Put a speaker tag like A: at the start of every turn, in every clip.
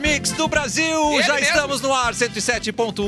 A: Mix do Brasil.
B: Ele
A: já
B: mesmo.
A: estamos no ar 107.1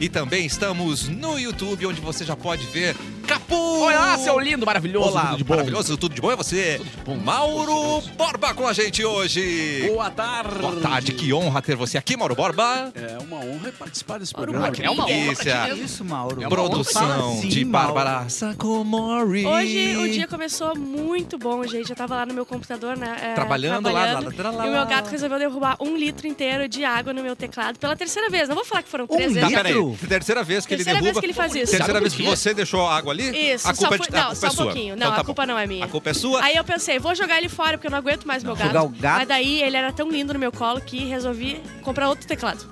A: e também estamos no YouTube, onde você já pode ver Capu.
B: Olá, seu lindo, maravilhoso,
A: Olá,
B: tudo de bom.
A: ah, maravilhoso, tudo de bom é você.
B: Tudo de bom,
A: Mauro
B: gostoso.
A: Borba com a gente hoje.
C: Boa tarde.
A: Boa tarde, que honra ter você aqui, Mauro Borba.
C: É uma honra participar desse
D: Mauro
C: programa.
D: Borba, é uma honra
A: Delícia.
D: pra ti mesmo.
E: Isso, Mauro.
B: É uma assim,
A: Produção
E: honra, sim,
A: de
E: Mauro.
A: Bárbara Sacomori.
D: Hoje o dia começou muito bom, gente. Eu tava lá no meu computador, né? é,
A: Trabalhando lá, lá, lá, lá, lá.
D: E o meu gato resolveu derrubar um litro inteiro de água no meu teclado pela terceira vez. Não vou falar que foram três
A: Tá,
D: vezes.
E: litro?
A: peraí. Terceira vez que
D: Terceira
A: ele derruba. um
D: vez que ele faz isso.
A: Terceira
B: Sabe
A: vez
B: por
A: que
B: quê?
A: você deixou a água ali?
D: Isso,
A: a culpa
D: só
A: é
D: foi-
A: de- a
D: não,
A: culpa é
D: só um
A: sua.
D: pouquinho.
A: Então
D: Não,
A: tá
D: a culpa
A: bom.
D: não é minha.
A: A culpa é sua?
D: Aí eu pensei, vou jogar ele fora, porque eu não aguento mais meu gato.
E: Jogar o gato?
D: Mas daí ele era tão lindo no meu colo que resolvi comprar outro teclado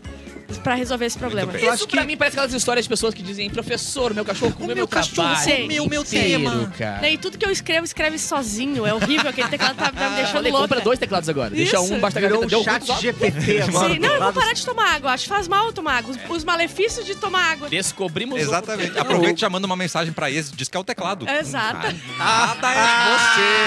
D: pra resolver esse problema.
A: bem.
E: Eu
B: Isso
E: acho
B: pra
E: que-
B: mim parece aquelas histórias de pessoas que dizem, professor, meu cachorro comeu meu,
E: cachorro
B: trabalho.
D: comeu
E: meu
B: inteiro,
E: tema."
B: cara.
D: Daí tudo que eu escrevo, escreve sozinho. É horrível, aquele teclado tá,
A: Ah.
D: tá me
B: Eu
D: deixando
B: falei,
D: louca.
B: compra dois teclados agora. Deixa
D: Isso.
B: um embaixo da
E: Virou
B: gaveta.
E: um
B: Deu
E: chat
B: outro só.
E: GPT. agora.
D: Sim, não, eu vou parar de tomar água. Acho que faz mal tomar água. Os, os malefícios de tomar água.
B: Descobrimos
A: Exatamente.
B: outro.
A: Aproveita e já manda uma mensagem pra esse, diz que é o teclado.
D: Exato.
A: Nada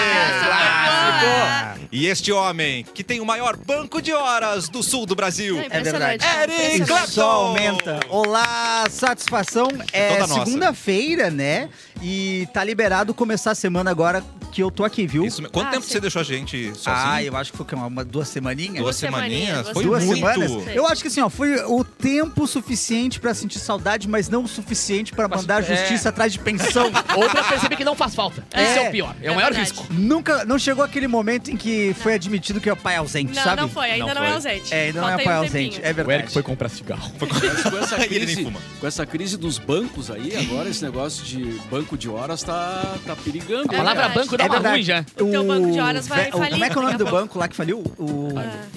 D: é
A: é
D: Ah,
A: você. E este homem, que tem o maior banco de horas do sul do Brasil.
D: É
E: É verdade.
D: impressionante.
A: Eric
D: Impressionante.
A: Clapton.
E: Só aumenta. Olá, satisfação. É
A: Toda nossa.
E: segunda-feira, né? E tá liberado começar a semana agora que eu tô aqui, viu?
A: Isso mesmo. Quanto
D: Ah,
A: tempo
D: sim.
A: você deixou a gente sozinho?
E: Ah, eu acho que foi o quê? uma, uma- duas semaninhas?
A: Duas
D: Duas
A: semaninhas?
D: semaninhas,
A: Foi
E: Duas
A: muito.
E: semanas?
D: Sim.
E: Eu acho que assim, ó, foi o tempo suficiente pra sentir saudade, mas não o suficiente pra mandar a
B: é.
E: justiça atrás de pensão.
B: Ou pra perceber que não faz falta.
E: É.
B: Esse é o pior. É, o
D: É
B: maior
D: verdade.
B: risco.
E: Nunca, não chegou aquele momento em que foi admitido que é o pai ausente,
D: Não,
E: sabe?
D: não foi. Ainda
B: Não
D: não,
B: foi.
D: é ausente.
E: É, ainda não é
D: Falta
E: pai
D: aí um
E: ausente,
D: tempinho.
E: é verdade.
B: comprar cigarro.
C: Com essa,
A: Ele nem
C: crise,
A: fuma.
C: com essa crise dos bancos aí, agora esse negócio de banco de horas tá, tá perigando.
B: A
D: É
B: palavra
D: verdade.
B: banco dá
E: É
B: uma
E: verdade.
B: ruim já.
D: O teu banco de horas
E: O
D: vai
E: ve- o-
D: falir
E: Como é que é o nome
D: daqui
E: do
D: a pouco.
E: banco lá que faliu? O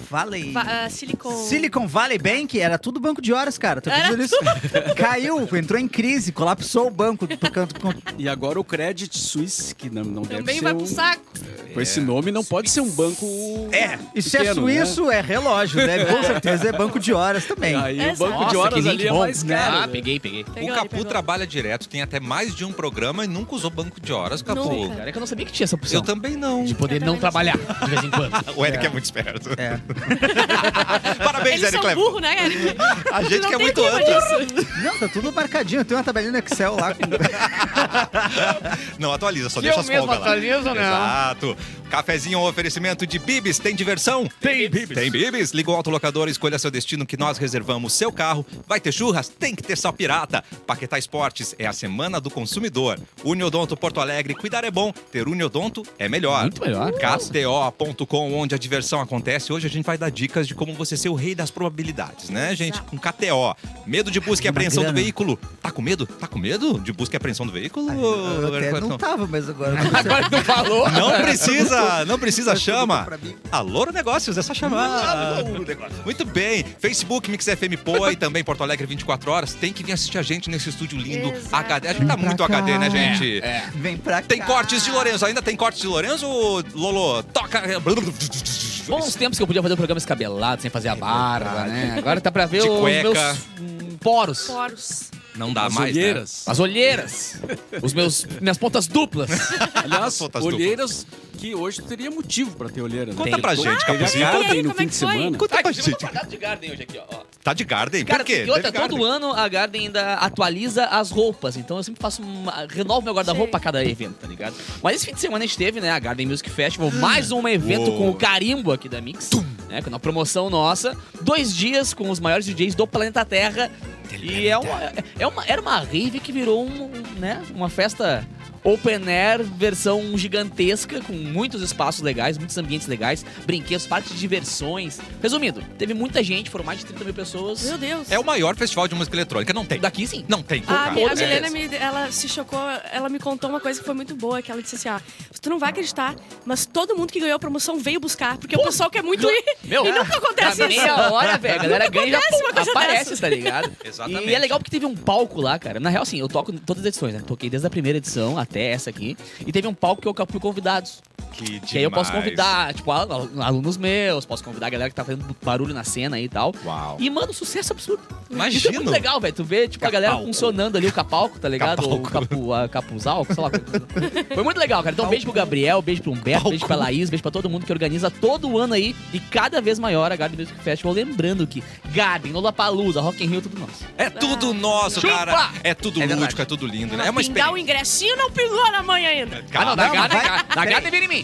E: Valley.
D: Va- ah, silicone.
E: Silicon Valley Bank era tudo banco de horas, cara. Tô
D: Era
E: dizendo isso. Caiu, entrou em crise, colapsou o banco por canto. por-
C: E agora o Credit Suisse, que não, não deve
D: Também
C: ser
D: vai
C: um-
D: pro saco.
C: Com esse
A: É.
C: nome não pode ser um banco
E: É, isso é
C: pequeno, né?
E: suíço, é relógio, né? Com certeza é banco de horas também.
C: Né? Aí o
D: Exato.
C: banco de
B: Nossa, que
C: horas
B: link
C: ali é
B: bom.
C: mais caro.
B: Ah,
C: né?
B: peguei, peguei.
D: Pegou,
A: o
D: ele
A: Capu
D: pegou.
A: trabalha direto, tem até mais de um programa e nunca usou banco de horas, Capu.
D: Nunca.
B: Cara, é que eu não sabia que tinha essa
A: Eu
B: opção.
A: também não.
B: De poder não
D: Eu também não
B: trabalhar de vez em quando.
A: O Eric é, muito esperto.
E: É.
A: Parabéns,
D: Eles
A: Eric
D: são
A: Clapton.
D: burros, né, Eric?
A: A gente
D: Não
A: que é
D: tem
A: muito
D: clima
A: amplo.
D: disso.
E: Não, tá tudo marcadinho. Tem uma tabelinha no Excel lá. Com...
A: Não atualiza, só
B: Se
A: deixa
B: eu
A: as
B: mesmo
A: folgas lá.
B: atualizo, né? não.
A: Exato. Cafezinho é um oferecimento de Bibis. Tem diversão?
B: Tem bibis.
A: Tem Bibis? Liga o autolocador, escolha seu destino que nós reservamos seu carro. Vai ter churras? Tem que ter sal pirata. Paquetá Esportes é a semana do consumidor. Uniodonto Porto Alegre, cuidar é bom, ter Uniodonto é melhor.
B: Muito melhor.
A: KTO.com, onde a diversão acontece. Hoje a gente vai dar dicas de como você ser o rei das probabilidades, né, gente? Com KTO. Medo de busca e
E: Uma
A: apreensão do
E: grana.
A: veículo. Tá com medo? Tá com medo de busca e apreensão do veículo?
E: Eu até
A: Everton?
E: não tá. tava, mas agora.
B: Agora que tu falou.
A: Não precisa, não precisa, chama.
E: pra mim.
A: Alô Negócios, é só chamar. Muito bem, Facebook, Mix FM Poa e também Porto Alegre 24 horas. Tem que vir assistir a gente nesse estúdio lindo
D: Exato.
A: HD. A gente tá
E: Vem pra
A: muito
E: cá.
A: HD, né, gente?
E: Vem pra cá.
A: Tem cortes de Lourenço, ainda tem cortes de Lourenço? Lolo, toca.
B: Bons tempos que eu podia fazer o programa escabelado, sem fazer a barba, né? Agora tá pra ver
A: De
B: os
A: cueca.
B: meus hum, poros,
D: Poros.
A: Não dá
C: As
A: mais. né?
C: olheiras.
B: as olheiras, os meus, minhas pontas duplas.
A: tá.
C: Aliás,
A: Pontas
C: olheiras que hoje tu teria motivo pra ter olheira. né?
A: Conta pra gente,
C: Teve a
A: Capuzinho.
D: cara.
C: Garden
D: E aí,
C: no
D: como
C: fim
D: é
C: de
D: que foi?
C: semana.
A: Conta pra
B: Inclusive, eu
A: gente.
B: tô com a Garden de Garden hoje aqui, ó, ó.
A: Tá de Garden,
B: Cara,
A: por quê?
B: e outra,
A: Deve Garden.
B: todo ano a Garden ainda atualiza as roupas, então eu sempre faço uma, renovo meu guarda-roupa a cada evento, tá ligado? Mas esse fim de semana a gente teve, né, a Garden Music Festival, mais um evento
A: Ah. Uou.
B: com o carimbo aqui da Mix, né, com uma promoção nossa, dois dias com os maiores DJs do planeta Terra, e é uma, é uma, era uma rave que virou um, um, né, uma festa open air, versão gigantesca, com muitos espaços legais, muitos ambientes legais, brinquedos, partes de diversões. Resumindo, teve muita gente, foram mais de 30 mil pessoas.
D: Meu Deus.
A: É o maior festival de música eletrônica, não tem.
B: Daqui sim.
A: Não tem.
D: A,
A: cara.
D: Mi- a
B: Todos
D: Milena,
B: eles.
D: me- ela se chocou, ela me contou uma coisa que foi muito boa, que ela disse assim, ó, tu não vai acreditar, mas todo mundo que ganhou a promoção veio buscar, porque o pessoal quer muito ir.
B: Meu, é.
D: e nunca acontece
B: na
D: isso.
B: meia hora, velho, a galera ganha e já
D: acontece uma coisa
B: aparece,
D: dessa.
B: tá ligado?
A: Exatamente.
B: E é legal porque teve um palco lá, cara. Na real, assim, eu toco em todas as edições, né? Toquei desde a primeira edição até essa aqui. E teve um palco que eu capio convidados.
A: Que,
B: Que aí eu posso
A: demais.
B: convidar, tipo, al- al- alunos meus, posso convidar a galera que tá fazendo barulho na cena aí e tal.
A: Uau.
B: E, mano, sucesso absurdo. Isso é muito
A: Imagino.
B: legal, velho. Tu vê, tipo, a galera
A: Capalco.
B: funcionando ali, o capalco, tá ligado? Ou o capu, a capuzal, sei lá. é Foi muito legal, cara. Então, beijo pro Gabriel, beijo pro Humberto, beijo pra Laís, beijo pra todo mundo que organiza todo ano aí. E cada vez maior a Garden Music Festival. Lembrando que Garden, Lollapalooza, Rock in Rio, tudo nosso.
A: É tudo nosso,
B: Chupa!
A: cara. É tudo
B: É verdade.
A: lúdico, é tudo lindo, né? É uma
D: Mas pingar o
A: experiência.
D: ingressinho não pingou na mãe ainda.
B: Ah, não, da
E: Não, mas
B: Garden,
E: vai-
B: da Garden vira em mim.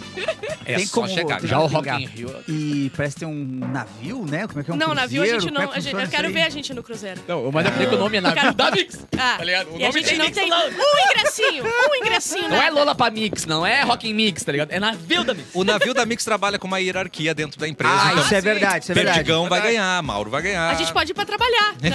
A: É
E: tem
A: só
E: como-
A: chegar.
E: tem
B: Já o
E: como
B: Rock in
E: ligar.
B: Rio.
E: E parece ter um navio, né? Como é que é um
D: não, navio a
E: cruzeiro?
D: gente
E: Como é
D: não.
E: que
D: a gente-
E: funciona
D: eu
E: isso
D: quero
E: aí?
D: ver a gente no cruzeiro.
B: Não, eu mandei o nome é na
D: Cara,
B: da Mix.
D: Ah,
B: Tá ligado? O
D: e a
B: nome
D: gente
B: tem
D: não
B: Mix,
D: tem
B: não.
D: um ingressinho, um ingressinho,
B: Não
D: né?
B: é Lola pra Mix, não é Rock in Mix, tá ligado? É na Vilda Mix.
A: O navio da Mix trabalha com uma hierarquia dentro da empresa.
E: Ah,
A: então,
E: isso é verdade, isso é verdade.
A: Perdigão vai ganhar, Mauro vai ganhar.
D: A gente pode ir pra trabalhar, né?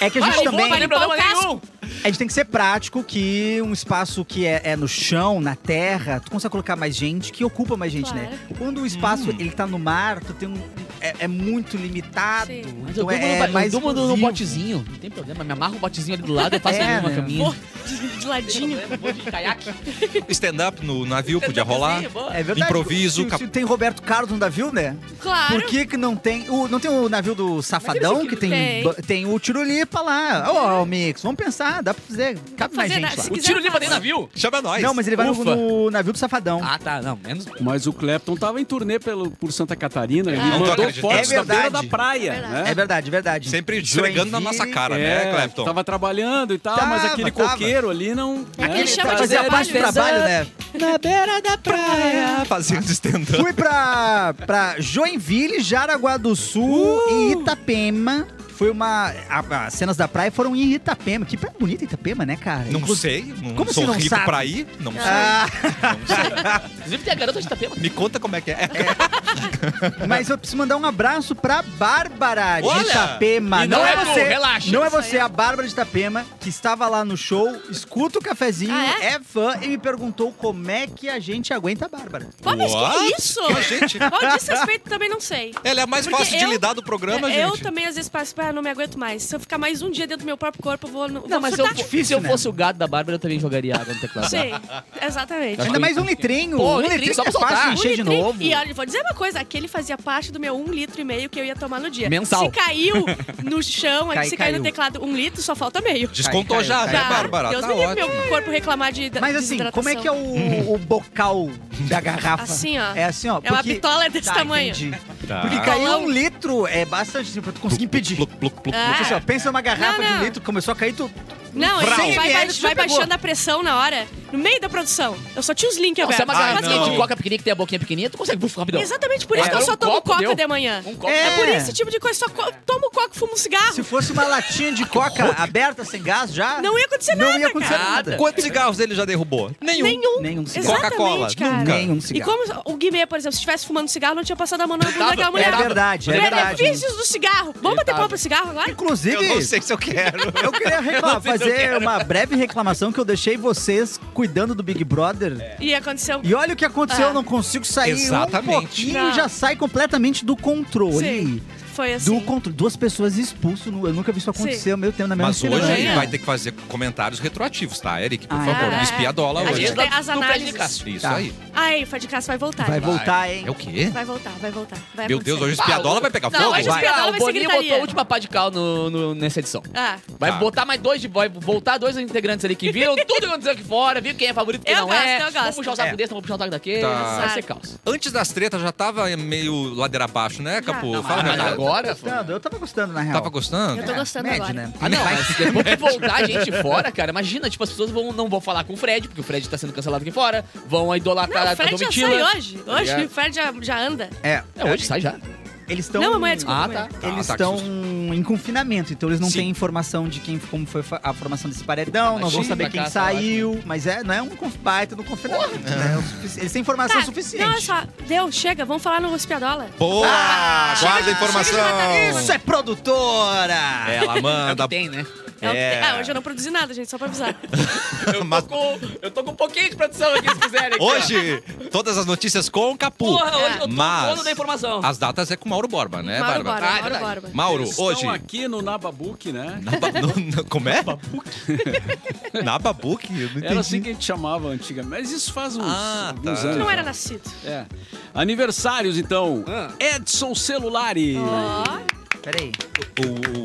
E: É que a gente
D: Ah, eu vou
E: também.
D: pra limpar o casco.
E: A gente tem que ser prático que um espaço que é, é no chão, na terra, tu consegue colocar mais gente, que ocupa mais gente, né? Quando o espaço ele tá no mar, tu tem um. É, é muito limitado.
D: Sim.
B: Mas
E: Então
B: eu durmo,
E: é,
B: no,
E: é
B: ba-
E: mais
B: eu um durmo no
E: exclusivo.
B: botezinho, não tem problema. Me amarro um botezinho ali do lado, eu faço
E: É,
B: ali uma
E: né?
B: caminha.
D: Vou de, de ladinho.
B: Vou de caiaque.
A: Stand-up no navio podia rolar.
E: É verdade.
A: Improviso,
E: Se,
A: cap-
E: se tem Roberto Carlos no navio, né?
D: Claro.
E: Por que que não tem... O, não tem o navio do Safadão, que tem,
D: Tem.
E: ba- tem o Tirulipa lá. Ô, ô, Mix, vamos pensar. Dá pra fazer... Cabe mais
D: fazer, né?
E: gente lá.
D: Se
B: O
D: quiser,
B: tiro
D: eu
B: limpa
D: faço.
B: nem navio.
A: Chama nós.
E: Não, mas ele vai no,
B: Ufa.
E: no navio do Safadão.
B: Ah, tá, não, menos.
C: Mas o Clapton tava em turnê pelo, por Santa Catarina, ele
A: Não tô
C: mandou
A: acreditando.
C: fotos
E: É
C: da
E: verdade.
C: beira da praia,
D: Verdade.
C: né?
E: É verdade, verdade.
A: Sempre esfregando na nossa
E: Joinville.
A: cara, né,
C: É,
A: Clepton?
C: Tava trabalhando e tal, mas
E: Tava,
C: aquele
E: tava.
C: coqueiro ali não...
D: Aquele
C: né?
D: É chama de
E: Fazia parte do
D: trabalho,
E: trabalho, né?
B: Na beira da praia.
A: Ah,
E: Ah,
A: fazendo stand-up.
E: Fui pra, pra Joinville, Jaraguá do Sul e
D: Uh!
E: Itapema. Foi uma. a- as cenas da praia foram em Itapema. Que praia bonita Itapema, né, cara?
A: Não sei,
E: Inclusive-
A: não
E: Como
A: sou
E: se não
A: rico
E: sabe?
A: pra ir, não
E: Ah,
B: Inclusive tem a garota de Itapema.
A: sei. Me conta como é que é.
E: mas eu preciso mandar um abraço pra Bárbara de
A: Olha!
E: Itapema.
B: E não é tu, relaxa.
E: Não é você, é a Bárbara de Itapema, que estava lá no show, escuta o cafezinho,
D: Ah,
E: é? fã e me perguntou como é que a gente aguenta a Bárbara.
D: Pô, mas
A: What?
D: é que isso?
A: Que gente-
D: Qual desrespeito também não sei.
A: Ela é a mais
D: Porque
A: fácil de
D: eu- É,
A: lidar do programa,
D: eu
A: gente.
D: também, às vezes, passo, ah, não me aguento mais. Se eu ficar mais um dia dentro do meu próprio corpo, eu vou. Não,
B: Não,
D: vou
B: mas se eu,
D: surtar.
B: fo-
E: difícil,
B: se eu
E: né?
B: fosse o gato da Bárbara, eu também jogaria água no teclado.
D: Sim, exatamente.
B: Acho
E: Ainda
B: que-
E: mais um litrinho.
B: Pô,
E: um
B: litrinho,
E: litrinho
B: só pra
E: é fácil
B: soltar.
E: de encher de
D: Um litrinho.
E: novo.
D: E olha, vou dizer uma coisa: aquele fazia parte do meu um litro e meio que eu ia tomar no dia.
B: Mensal.
D: Se caiu no chão,
E: Cai-
D: se caiu,
E: caiu.
D: no teclado um litro, só falta meio.
A: Descontou
E: Caiu,
A: já,
E: caiu,
A: né,
E: caiu.
A: Bárbara?
D: Ah, Deus
A: tá
D: me livre
A: ótimo.
D: meu corpo reclamar de de
E: Mas assim, como é que é
D: desidratação.
E: o, o bocal da garrafa?
D: Assim, ó.
E: É assim, ó.
D: É uma
E: porque-
D: bitola desse
E: Tá,
D: tamanho.
E: entendi.
B: Ah.
A: Tá.
E: Porque caiu
D: Galão.
E: um litro é bastante assim, pra tu conseguir impedir.
A: Pluc, pluc, pluc,
D: Ah.
E: Tipo assim, ó, pensa numa garrafa
D: Não,
E: de um
D: não.
E: litro, começou a cair, tu. Vrau.
D: Não, ele vai,
E: 100
D: vai-
E: ml, tu
D: vai
E: já pegou.
D: baixando a pressão na hora, no meio da produção. Eu só tinha os links
B: Não, se é
D: abertos.
B: uma
A: Ah,
B: garrafinha
A: não.
B: de coca pequenininha que tem a boquinha pequenininha, tu consegue bufar rapidão.
D: Exatamente por isso
B: É,
D: que eu
B: um
D: só tomo
B: copo
D: coca
B: deu.
D: de manhã.
B: Um copo.
E: É.
D: É por esse tipo de coisa, só co- tomo coca, fumo um cigarro.
E: Se fosse uma latinha de coca aberta, sem gás, já.
D: Não ia acontecer
E: não
D: nada,
E: ia acontecer
B: cara.
E: nada.
A: Quantos cigarros ele já derrubou?
D: Nenhum.
E: Nenhum cigarro.
A: Coca-Cola.
D: Exatamente, cara.
A: Nunca.
E: Nenhum
D: E
E: cigarro.
D: como o Guimê, por exemplo, se estivesse fumando cigarro, não tinha passado a mão na bunda daquela mulher.
E: É verdade, é verdade.
D: Benefícios do cigarro. Vamos bater palma pro cigarro agora?
E: Inclusive,
A: Eu não sei se eu quero.
E: eu queria reclamar-
A: não sei se eu
E: fazer
A: quero.
E: uma breve reclamação que eu deixei vocês cuidando do Big Brother.
D: E aconteceu.
E: E olha o que aconteceu,
D: Ah.
E: eu não consigo sair
A: Exatamente.
E: um pouquinho
D: Não.
E: e já sai completamente do controle.
D: Sim. Foi assim.
E: Do controle. Duas pessoas expulsas, no- eu nunca vi isso acontecer
D: Sim.
E: ao mesmo tempo na mesma
A: Mas hoje
E: cerimônia.
A: vai ter que fazer comentários retroativos, tá, Eric? Por
E: Ah,
A: favor,
D: é.
A: não espiadola
D: A
A: hoje.
D: gente tem as
B: Do Fred de
D: análises.
B: Castro.
A: Isso
E: Tá.
A: aí.
D: Ai, o Fred Castro vai voltar.
E: Vai
D: gente.
E: voltar, hein?
A: É o quê?
D: Vai voltar, vai voltar. Vai
A: Meu Deus, hoje
D: acontecer.
A: o espiadola vai pegar
D: Não,
A: fogo?
D: hoje o
A: Vai.
D: espiadola
B: Ah,
D: vai
B: o
D: ser
B: Boninho
D: gritaria.
B: botou a última pá de cal no- no- nessa edição.
D: Ah.
B: Vai
A: Tá.
B: botar mais dois, de- vai voltar dois integrantes ali que viram tudo que aconteceu aqui fora, viu quem é favorito, quem
D: Eu
B: não
D: gosto,
B: é.
D: eu gosto.
B: Vamos puxar o saco desse, vamos puxar o saco daquele.
A: Tá.
B: Vai ser caos.
A: Antes das tretas já tava meio ladeira abaixo, né, Capu?
D: Não,
A: Fala a
B: mas
A: verdade.
B: agora.
E: Eu tava gostando, eu tava gostando, na real.
A: Tava gostando?
D: Eu tô gostando
E: Médio,
D: agora.
E: né?
B: Ah, não, mas depois que voltar a gente fora, cara, imagina, tipo, as pessoas vão, não vão falar com o Fred, porque o Fred tá sendo cancelado aqui fora, vão idolatrar
D: Não,
B: a
D: o Fred já
B: Domitila.
D: sai hoje. Hoje
B: ligado?
D: o Fred já, já anda.
E: É,
B: É, hoje sai já.
E: eles estão...
D: Não, amanhã, desculpa.
B: Ah, tá.
D: amanhã.
A: Tá,
E: Eles
A: tá, que
E: estão
A: susto.
E: em confinamento, então eles não
A: Sim. Tá
E: têm informação de quem, como foi fa- a formação desse paredão, não vão
B: Imagina,
E: saber quem
B: cara,
E: saiu, mas é, não é um conf- baita do confinamento, né? É o sufici- Eles têm informação
D: Tá,
E: suficiente.
D: Não, olha só. Deu, chega. Vamos falar no É Espiadola.
A: Boa!
E: Ah,
A: Ah, Guarda a
D: Ah, chega de matar
A: informação!
E: Isso é produtora!
A: Ela
B: É o
A: manda.
B: que tem, né?
D: É o que
A: É.
D: tem. Ah, hoje eu não produzi nada, gente, só pra avisar.
B: Eu tô, com, eu tô com um pouquinho de produção aqui, se quiserem. aqui, ó.
A: Hoje, todas as notícias com o Capu.
B: Porra, hoje eu tô
A: Mas-
B: dono da informação.
A: As datas é com o Mauro Borba, né,
D: Mauro
A: Bárbara?
D: Borba,
B: Ah, é
D: Mauro
B: verdade.
D: Borba.
A: Mauro,
C: Eles
A: hoje.
C: Estão aqui no Nababuc, né?
A: Naba, no, no, como é? Nababuc? Eu não
C: Era assim
A: entendi.
C: que a gente chamava antigamente, mas isso faz uns,
A: Ah,
C: alguns
A: tá.
C: anos.
D: Eu não
C: né?
D: era nascido.
C: É. Aniversários, então.
B: Ah.
D: Oh.
C: Edson Celulari.
D: Ó.
E: Peraí.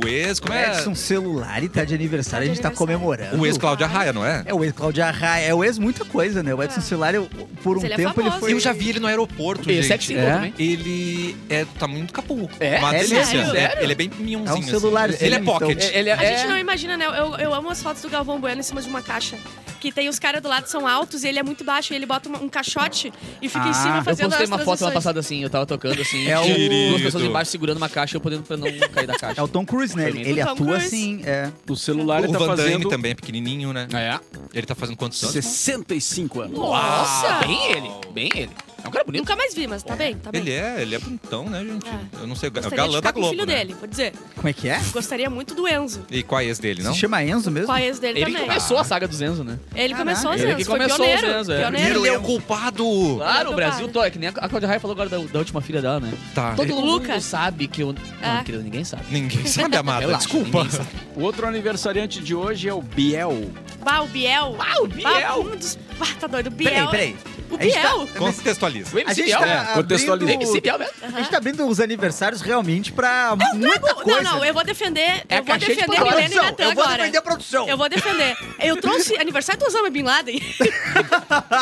A: O, o ex, como é?
E: Edson Celular e tá de aniversário,
D: Tá
E: a
D: de
E: gente tá
D: aniversário.
E: comemorando.
A: O ex Cláudia Raia, não é?
E: É o ex Cláudia Raia, é o ex muita coisa, né? O Edson
D: É.
E: Celular, eu- por um
D: Mas ele é
E: tempo, ele
D: famoso,
E: foi.
D: hein?
A: Eu já vi ele no aeroporto,
B: E
A: gente.
B: sexy symbol
E: é?
B: também.
A: Ele é do tamanho do capu.
B: É?
A: Uma
E: É
A: delícia.
E: mesmo?
B: Sério?
A: Ele é bem minhãozinho.
E: É um celularzinho,
A: Ele é
E: então.
A: pocket.
B: É- Ele
D: A
B: é...
D: gente não imagina, né? Eu, eu amo as fotos do Galvão Bueno em cima de uma caixa. Que tem os caras do lado são altos e ele é muito baixo. E ele bota uma- um caixote e fica em
E: Ah,
D: cima
E: eu
B: Eu
D: fazendo
B: postei
D: as
B: uma foto lá
D: transições.
B: passada assim, eu tava tocando assim,
E: É o-
B: duas pessoas
A: Querido.
B: embaixo segurando uma caixa, eu podendo pra não cair da caixa.
E: É o Tom Cruise, né?
B: Foi
E: Ele,
B: mesmo.
E: ele
D: O Tom
E: atua
D: Cruise.
E: assim, é.
C: O celular
A: O
C: ele tá
A: Van Damme
C: fazendo
A: também é pequenininho, né?
B: É.
A: Ele tá fazendo quantos anos?
C: 65 anos.
B: Nossa!
A: Uau!
B: Bem ele, bem ele. É um cara bonito.
D: Nunca mais vi, mas tá bem, tá bem.
A: Ele é, ele é bonitão, né, gente?
D: É.
A: Eu não sei, é o
D: Gostaria de
A: galã da
D: ficar com o
A: Globo,
D: filho
A: né?
D: dele, vou dizer.
E: Como é que é?
D: Gostaria muito do Enzo.
A: E qual é esse dele, não?
E: Se chama Enzo mesmo?
D: Qual é esse dele
B: Ele que
D: também?
B: começou a saga do Zenzo, né?
D: Ele
E: Caraca.
D: começou os
B: Ele que
D: Enzo, foi
B: começou os
D: pioneiro.
B: Enzo, é.
D: pioneiro.
A: Ele é o culpado!
B: Claro,
D: do
B: o Brasil
D: cara.
B: todo. É que nem a Claudia Raia falou agora da, da última filha dela, né?
A: Tá.
B: Todo mundo
D: Lucas.
B: sabe que eu... Não,
D: É.
B: querido, ninguém sabe.
A: Ninguém sabe, amada.
B: Relaxa,
A: Desculpa.
B: ninguém sabe.
C: O outro aniversariante de hoje é o Biel.
D: Bah, o Biel.
B: Ah, o
D: Bah,
B: Biel!
D: um dos... bah, tá doido. O
E: Peraí,
D: Biel.
E: peraí.
D: O
E: A gente tá-
D: Biel.
A: Contextualiza.
B: O
E: A
B: MC
E: gente
B: Biel.
E: tá.
B: É.
C: É, contextualiza.
E: abrindo-
B: MC Biel mesmo.
E: A gente tá abrindo os aniversários realmente pra muita coisa.
D: Não, não, eu vou defender.
B: É a
D: eu vou
B: caixinha de
D: defender
B: Pandora.
D: Milena e Natan
E: tá eu vou
D: agora.
E: defender a produção.
D: Eu vou defender. Eu trouxe aniversário do Osama Bin Laden.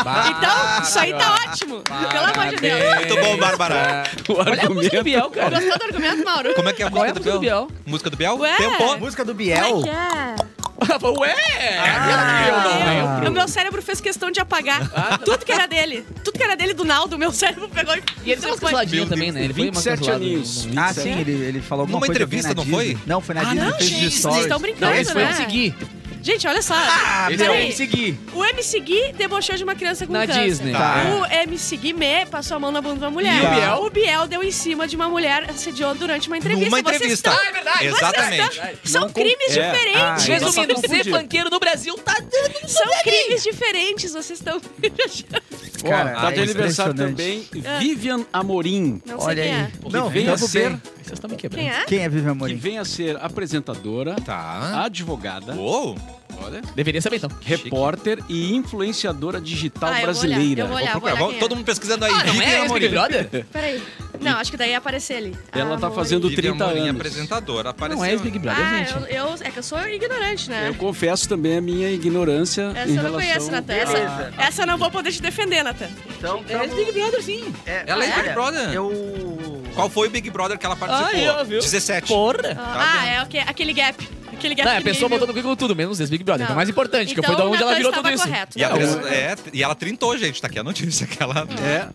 B: Bah,
D: Então, isso aí tá ótimo. Pelo amor de Deus.
B: Ah, parabéns,
A: Muito bom, Bárbara.
B: cara.
C: O
B: Olha a música do Biel, cara.
D: Gostou do argumento, Mauro?
A: Como é que é a
B: Qual é
A: música
B: a
A: do
B: música do
A: Biel?
B: Biel?
A: Música do Biel?
D: Ué.
A: Tempo.
E: Música do
D: Como
E: Biel.
D: é que é?
B: Ué!
A: É,
D: Ah,
B: Aquela que eu não lembro.
D: O meu cérebro fez questão de apagar tudo que era dele. Tudo que era dele do Naldo, meu cérebro pegou e.
B: E ele deu uma canceladinha também, né? Ele foi uma
C: 27
B: cancelada.
C: aninhos.
B: no-
E: Ah,
C: 27.
E: sim, ele, ele falou alguma
A: Numa
E: coisa. bem
A: entrevista,
E: na
A: não
E: Disney.
A: foi?
E: Não, foi na
A: Ah,
E: Disney,
A: não,
E: fez
A: gente,
E: de
A: vocês
E: stories.
D: Vocês estão brincando,
B: Não, esse foi o
D: né?
B: MC Gui.
D: Gente, olha só.
E: Ah,
B: Esse é o
D: peraí.
B: MC Gui.
D: O MC Gui debochou de uma criança com
B: Na
D: câncer.
B: Disney.
E: Tá.
D: O MC Guimê passou a mão na bunda de uma mulher.
B: E o Biel?
D: O Biel deu em cima de uma mulher assediou durante uma entrevista.
A: Numa
D: Vocês
A: entrevista.
D: estão- Ah, é vocês
A: Exatamente.
D: estão- São
C: Não com-
D: crimes
C: É.
D: diferentes.
E: Ah,
B: Resumindo,
C: Nossa,
B: ser
C: confundido.
B: funkeiro no Brasil tá dando
D: São crimes diferentes, vocês estão.
C: Ó,
E: Cara,
C: tá de
E: é
C: aniversário também
E: impressionante.
D: É.
C: Vivian Amorim,
D: Não sei
E: Olha
D: quem
E: aí.
D: é.
E: Não,
C: venha
E: tamo
C: ser-
E: bem.
B: Vocês estão me quebrando.
D: Quem é?
E: Quem é Vivian
C: que
E: Amorim?
C: vem a ser apresentadora,
D: Ah.
A: Tá.
C: advogada,
A: Uou.
C: olha,
B: Deveria saber então.
C: repórter e influenciadora digital
D: Ah, eu vou olhar,
C: brasileira.
D: eu vou olhar.
A: Vou procurar.
D: quem é.
A: Todo mundo pesquisando aí.
B: Ah, não
A: Vivian
B: é esse Big
A: Amorim.
B: Brother?
D: Peraí. Não, acho que daí ia aparecer ali. Ah,
C: Ela tá
D: Amor.
C: fazendo
A: Vivian
C: 30
A: Amorim,
C: anos.
A: apresentadora. Apareceu.
B: Não é esse Big Brother,
D: Ah,
B: gente.
D: eu, eu- é que eu sou ignorante, né?
C: Eu confesso também a minha ignorância
D: Essa
C: em
D: eu não
C: relação...
D: conheço, Natan. Essa, essa eu não vou poder te defender, Natan.
E: Então,
B: É esse Big Brother, sim. Ah,
A: Ela é Big Brother.
E: Eu.
A: Qual foi o Big Brother que ela participou?
B: Ah, eu, viu?
A: 17.
B: Porra.
A: Tá
D: Ah, é o que- aquele gap. Aquele gap
B: Não, é a
D: que
B: pessoa
D: ninguém
B: botou no Google tudo, menos esse Big Brother.
D: Não.
B: Então é mais importante, que
D: Então,
B: foi da
D: o
B: onde ela
D: Natan
B: virou tudo
D: estava
B: isso.
D: correto.
A: E, a
D: Não,
A: atres-
B: tá
D: eu-
A: é, e ela trintou, gente. Tá aqui a notícia que
D: Ah.
A: ela.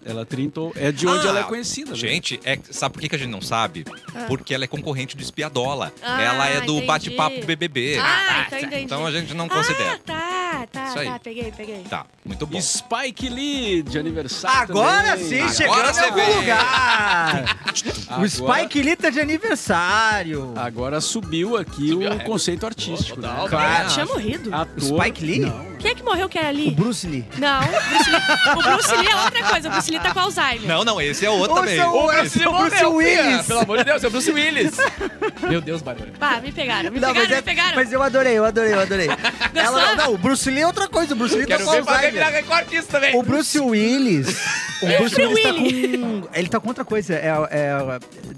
C: É, ela trintou. É de onde
A: Ah,
C: ela é conhecida. né?
A: Gente, é- sabe por que que a gente não sabe?
D: Ah.
A: Porque ela é concorrente do Espiadola.
D: Ah,
A: ela é do
D: entendi.
A: bate-papo BBB.
D: Ah, então entendi.
A: Então a gente não
D: Ah,
A: considera.
D: tá, tá,
A: Isso aí.
D: tá. Peguei, peguei.
A: Tá, muito bom.
C: E Spike Lee, de aniversário
E: Agora
C: também.
E: sim,
A: Agora
E: chegando
A: você
E: em algum
A: vem.
E: lugar. O
C: Agora-
E: Spike Lee tá de aniversário.
C: Agora subiu aqui
B: Subiu,
C: o
B: é.
C: conceito artístico. né?
B: Total.
D: Ah,
E: Claro.
D: tinha morrido?
E: O
C: Ator...
E: Spike Lee?
C: Não.
D: Quem é que morreu que era
E: O
D: ali?
E: Bruce Lee.
D: Não, o Bruce Lee, o Bruce Lee é outra coisa. O Bruce Lee tá com Alzheimer.
A: Não, não, esse é outro
E: Ouça
A: também.
E: o-
B: Ô,
E: Bruce
B: Esse é o Bruce
E: Willis.
B: Willis. Pelo amor de Deus, é o Bruce Willis. Meu Deus, Bárbara.
D: Pá, me pegaram, me
E: Não,
D: pegaram,
E: mas,
D: me
E: é-
D: pegaram.
E: mas eu adorei, eu adorei, eu adorei. Ela, não, o Bruce Lee é outra coisa, o Bruce Lee tá
B: Quero
E: com
B: ver fazer virar
E: Alzheimer.
B: recorde isso também.
E: O Bruce Willis. O Bruce
D: Bruce
E: Willis tá com. Ele tá com outra coisa. É, é-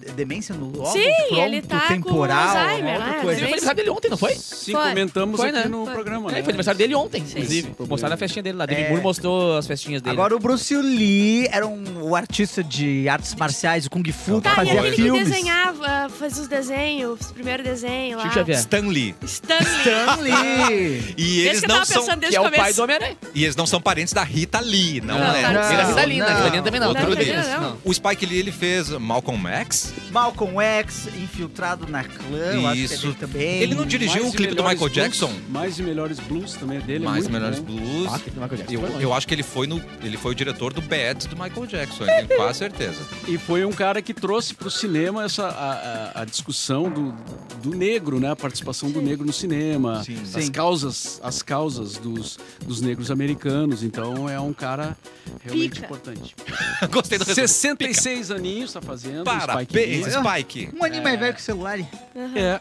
E: é demência no óculos,
D: Sim, ele
E: fronto,
D: tá com
E: temporal,
D: Alzheimer,
E: outra
D: né?
B: Inclusive,
E: coisa.
B: Foi aniversário dele ontem, não foi?
C: Sim,
D: Foi.
C: comentamos
B: Foi,
C: aqui
B: né?
C: no
D: Foi.
C: programa,
B: É,
C: né?
B: foi aniversário dele ontem, inclusive.
C: problema.
B: Mostraram a festinha dele lá. Demi
E: É.
B: Moore mostrou as festinhas dele.
E: Agora o Bruce Lee era um o artista de artes marciais, o Kung Fu,
D: Tá,
E: que
D: e
E: fazia
D: aquele que
E: filmes.
D: desenhava, ah, fazia os desenhos, os primeiros desenhos lá.
B: Chico Xavier.
A: Stanley.
D: Stanley.
E: Stan Lee.
A: E
D: Esse
A: eles,
D: que
A: não
D: eu Ah, tava
A: são,
D: pensando
B: que
D: desde
B: é o
D: o começo.
B: pai do Homem-Aranha.
A: e eles não são parentes da Rita Lee, não,
B: Não,
A: é?
B: não,
E: não.
B: Vira Ritalina.
E: não.
B: Ritalina também não.
D: Não,
B: Outro
D: Ritalina
B: deles.
D: não.
A: O Spike Lee, ele fez Malcolm X.
E: Malcolm X, infiltrado na clã, eu acho que é
A: Isso.
E: dele também.
A: Ele não dirigiu
C: Mais
A: o
C: e
A: clipe do
C: Melhores
A: Michael
C: Blues,
A: Jackson?
C: Mais e Melhores Blues também é dele. é
A: Mais
C: muito
A: Melhores
C: bom.
A: Blues.
B: Ah, aquele do Michael Jackson foi
A: Eu,
B: longe.
A: eu acho que ele foi no. Ele foi o diretor do Bad do Michael Jackson, eu tenho quase certeza.
C: E foi um cara que trouxe pro cinema essa, a, a- a discussão do, do negro, né? A participação do negro no cinema.
A: Sim.
C: as
E: Sim.
C: causas, as causas dos, dos negros americanos. Então é um cara realmente
D: Pica.
C: importante.
A: Gostei do resultado.
C: 66 aninhos tá fazendo. Spike Lee. né?
A: Parabéns, Spike.
E: Um anime mais velho que o celular.
C: É.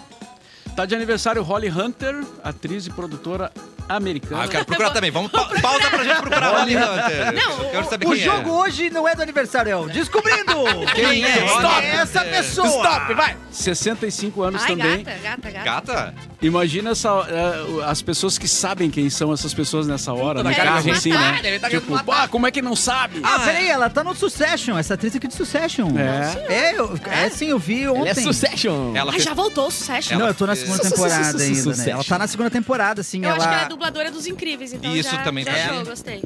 C: Tá de aniversário Holly Hunter, atriz e produtora americana.
A: Ah, eu quero procurar também. Vamos pa pausa pra gente procurar o Holly Hunter.
D: Não,
A: eu quero saber
E: O
A: quem
E: jogo
A: é.
E: hoje não é do aniversário, é o Descobrindo!
A: Quem é? Stop!
E: essa pessoa?
B: Stop,
E: é
B: vai!
C: 65 anos
D: Ai,
C: também.
D: gata, gata, gata.
A: Gata?
C: Imagina essa, eh, as pessoas que sabem quem são essas pessoas nessa hora,
B: Puta,
C: na
B: deve
C: casa,
B: tá matar,
C: assim, né?
B: deve tá
C: tipo,
B: querendo matar.
C: "Ah, como é que não sabe?
E: Ah, peraí, ela tá no Succession, essa atriz aqui de Succession.
C: É.
E: É, eu, é sim, eu vi ontem.
B: Ele é Succession.
A: Ela
D: Ai,
A: fez...
D: já voltou o né? Succession.
E: Não, eu tô na
A: fez-
E: segunda temporada ainda, né?
B: Succession.
E: Ela tá na segunda temporada, assim.
D: Eu
E: ela...
D: acho que ela é dubladora dos incríveis, então
A: Isso
D: já,
A: também
D: já
A: tá
D: show,
A: bem.
D: gostei.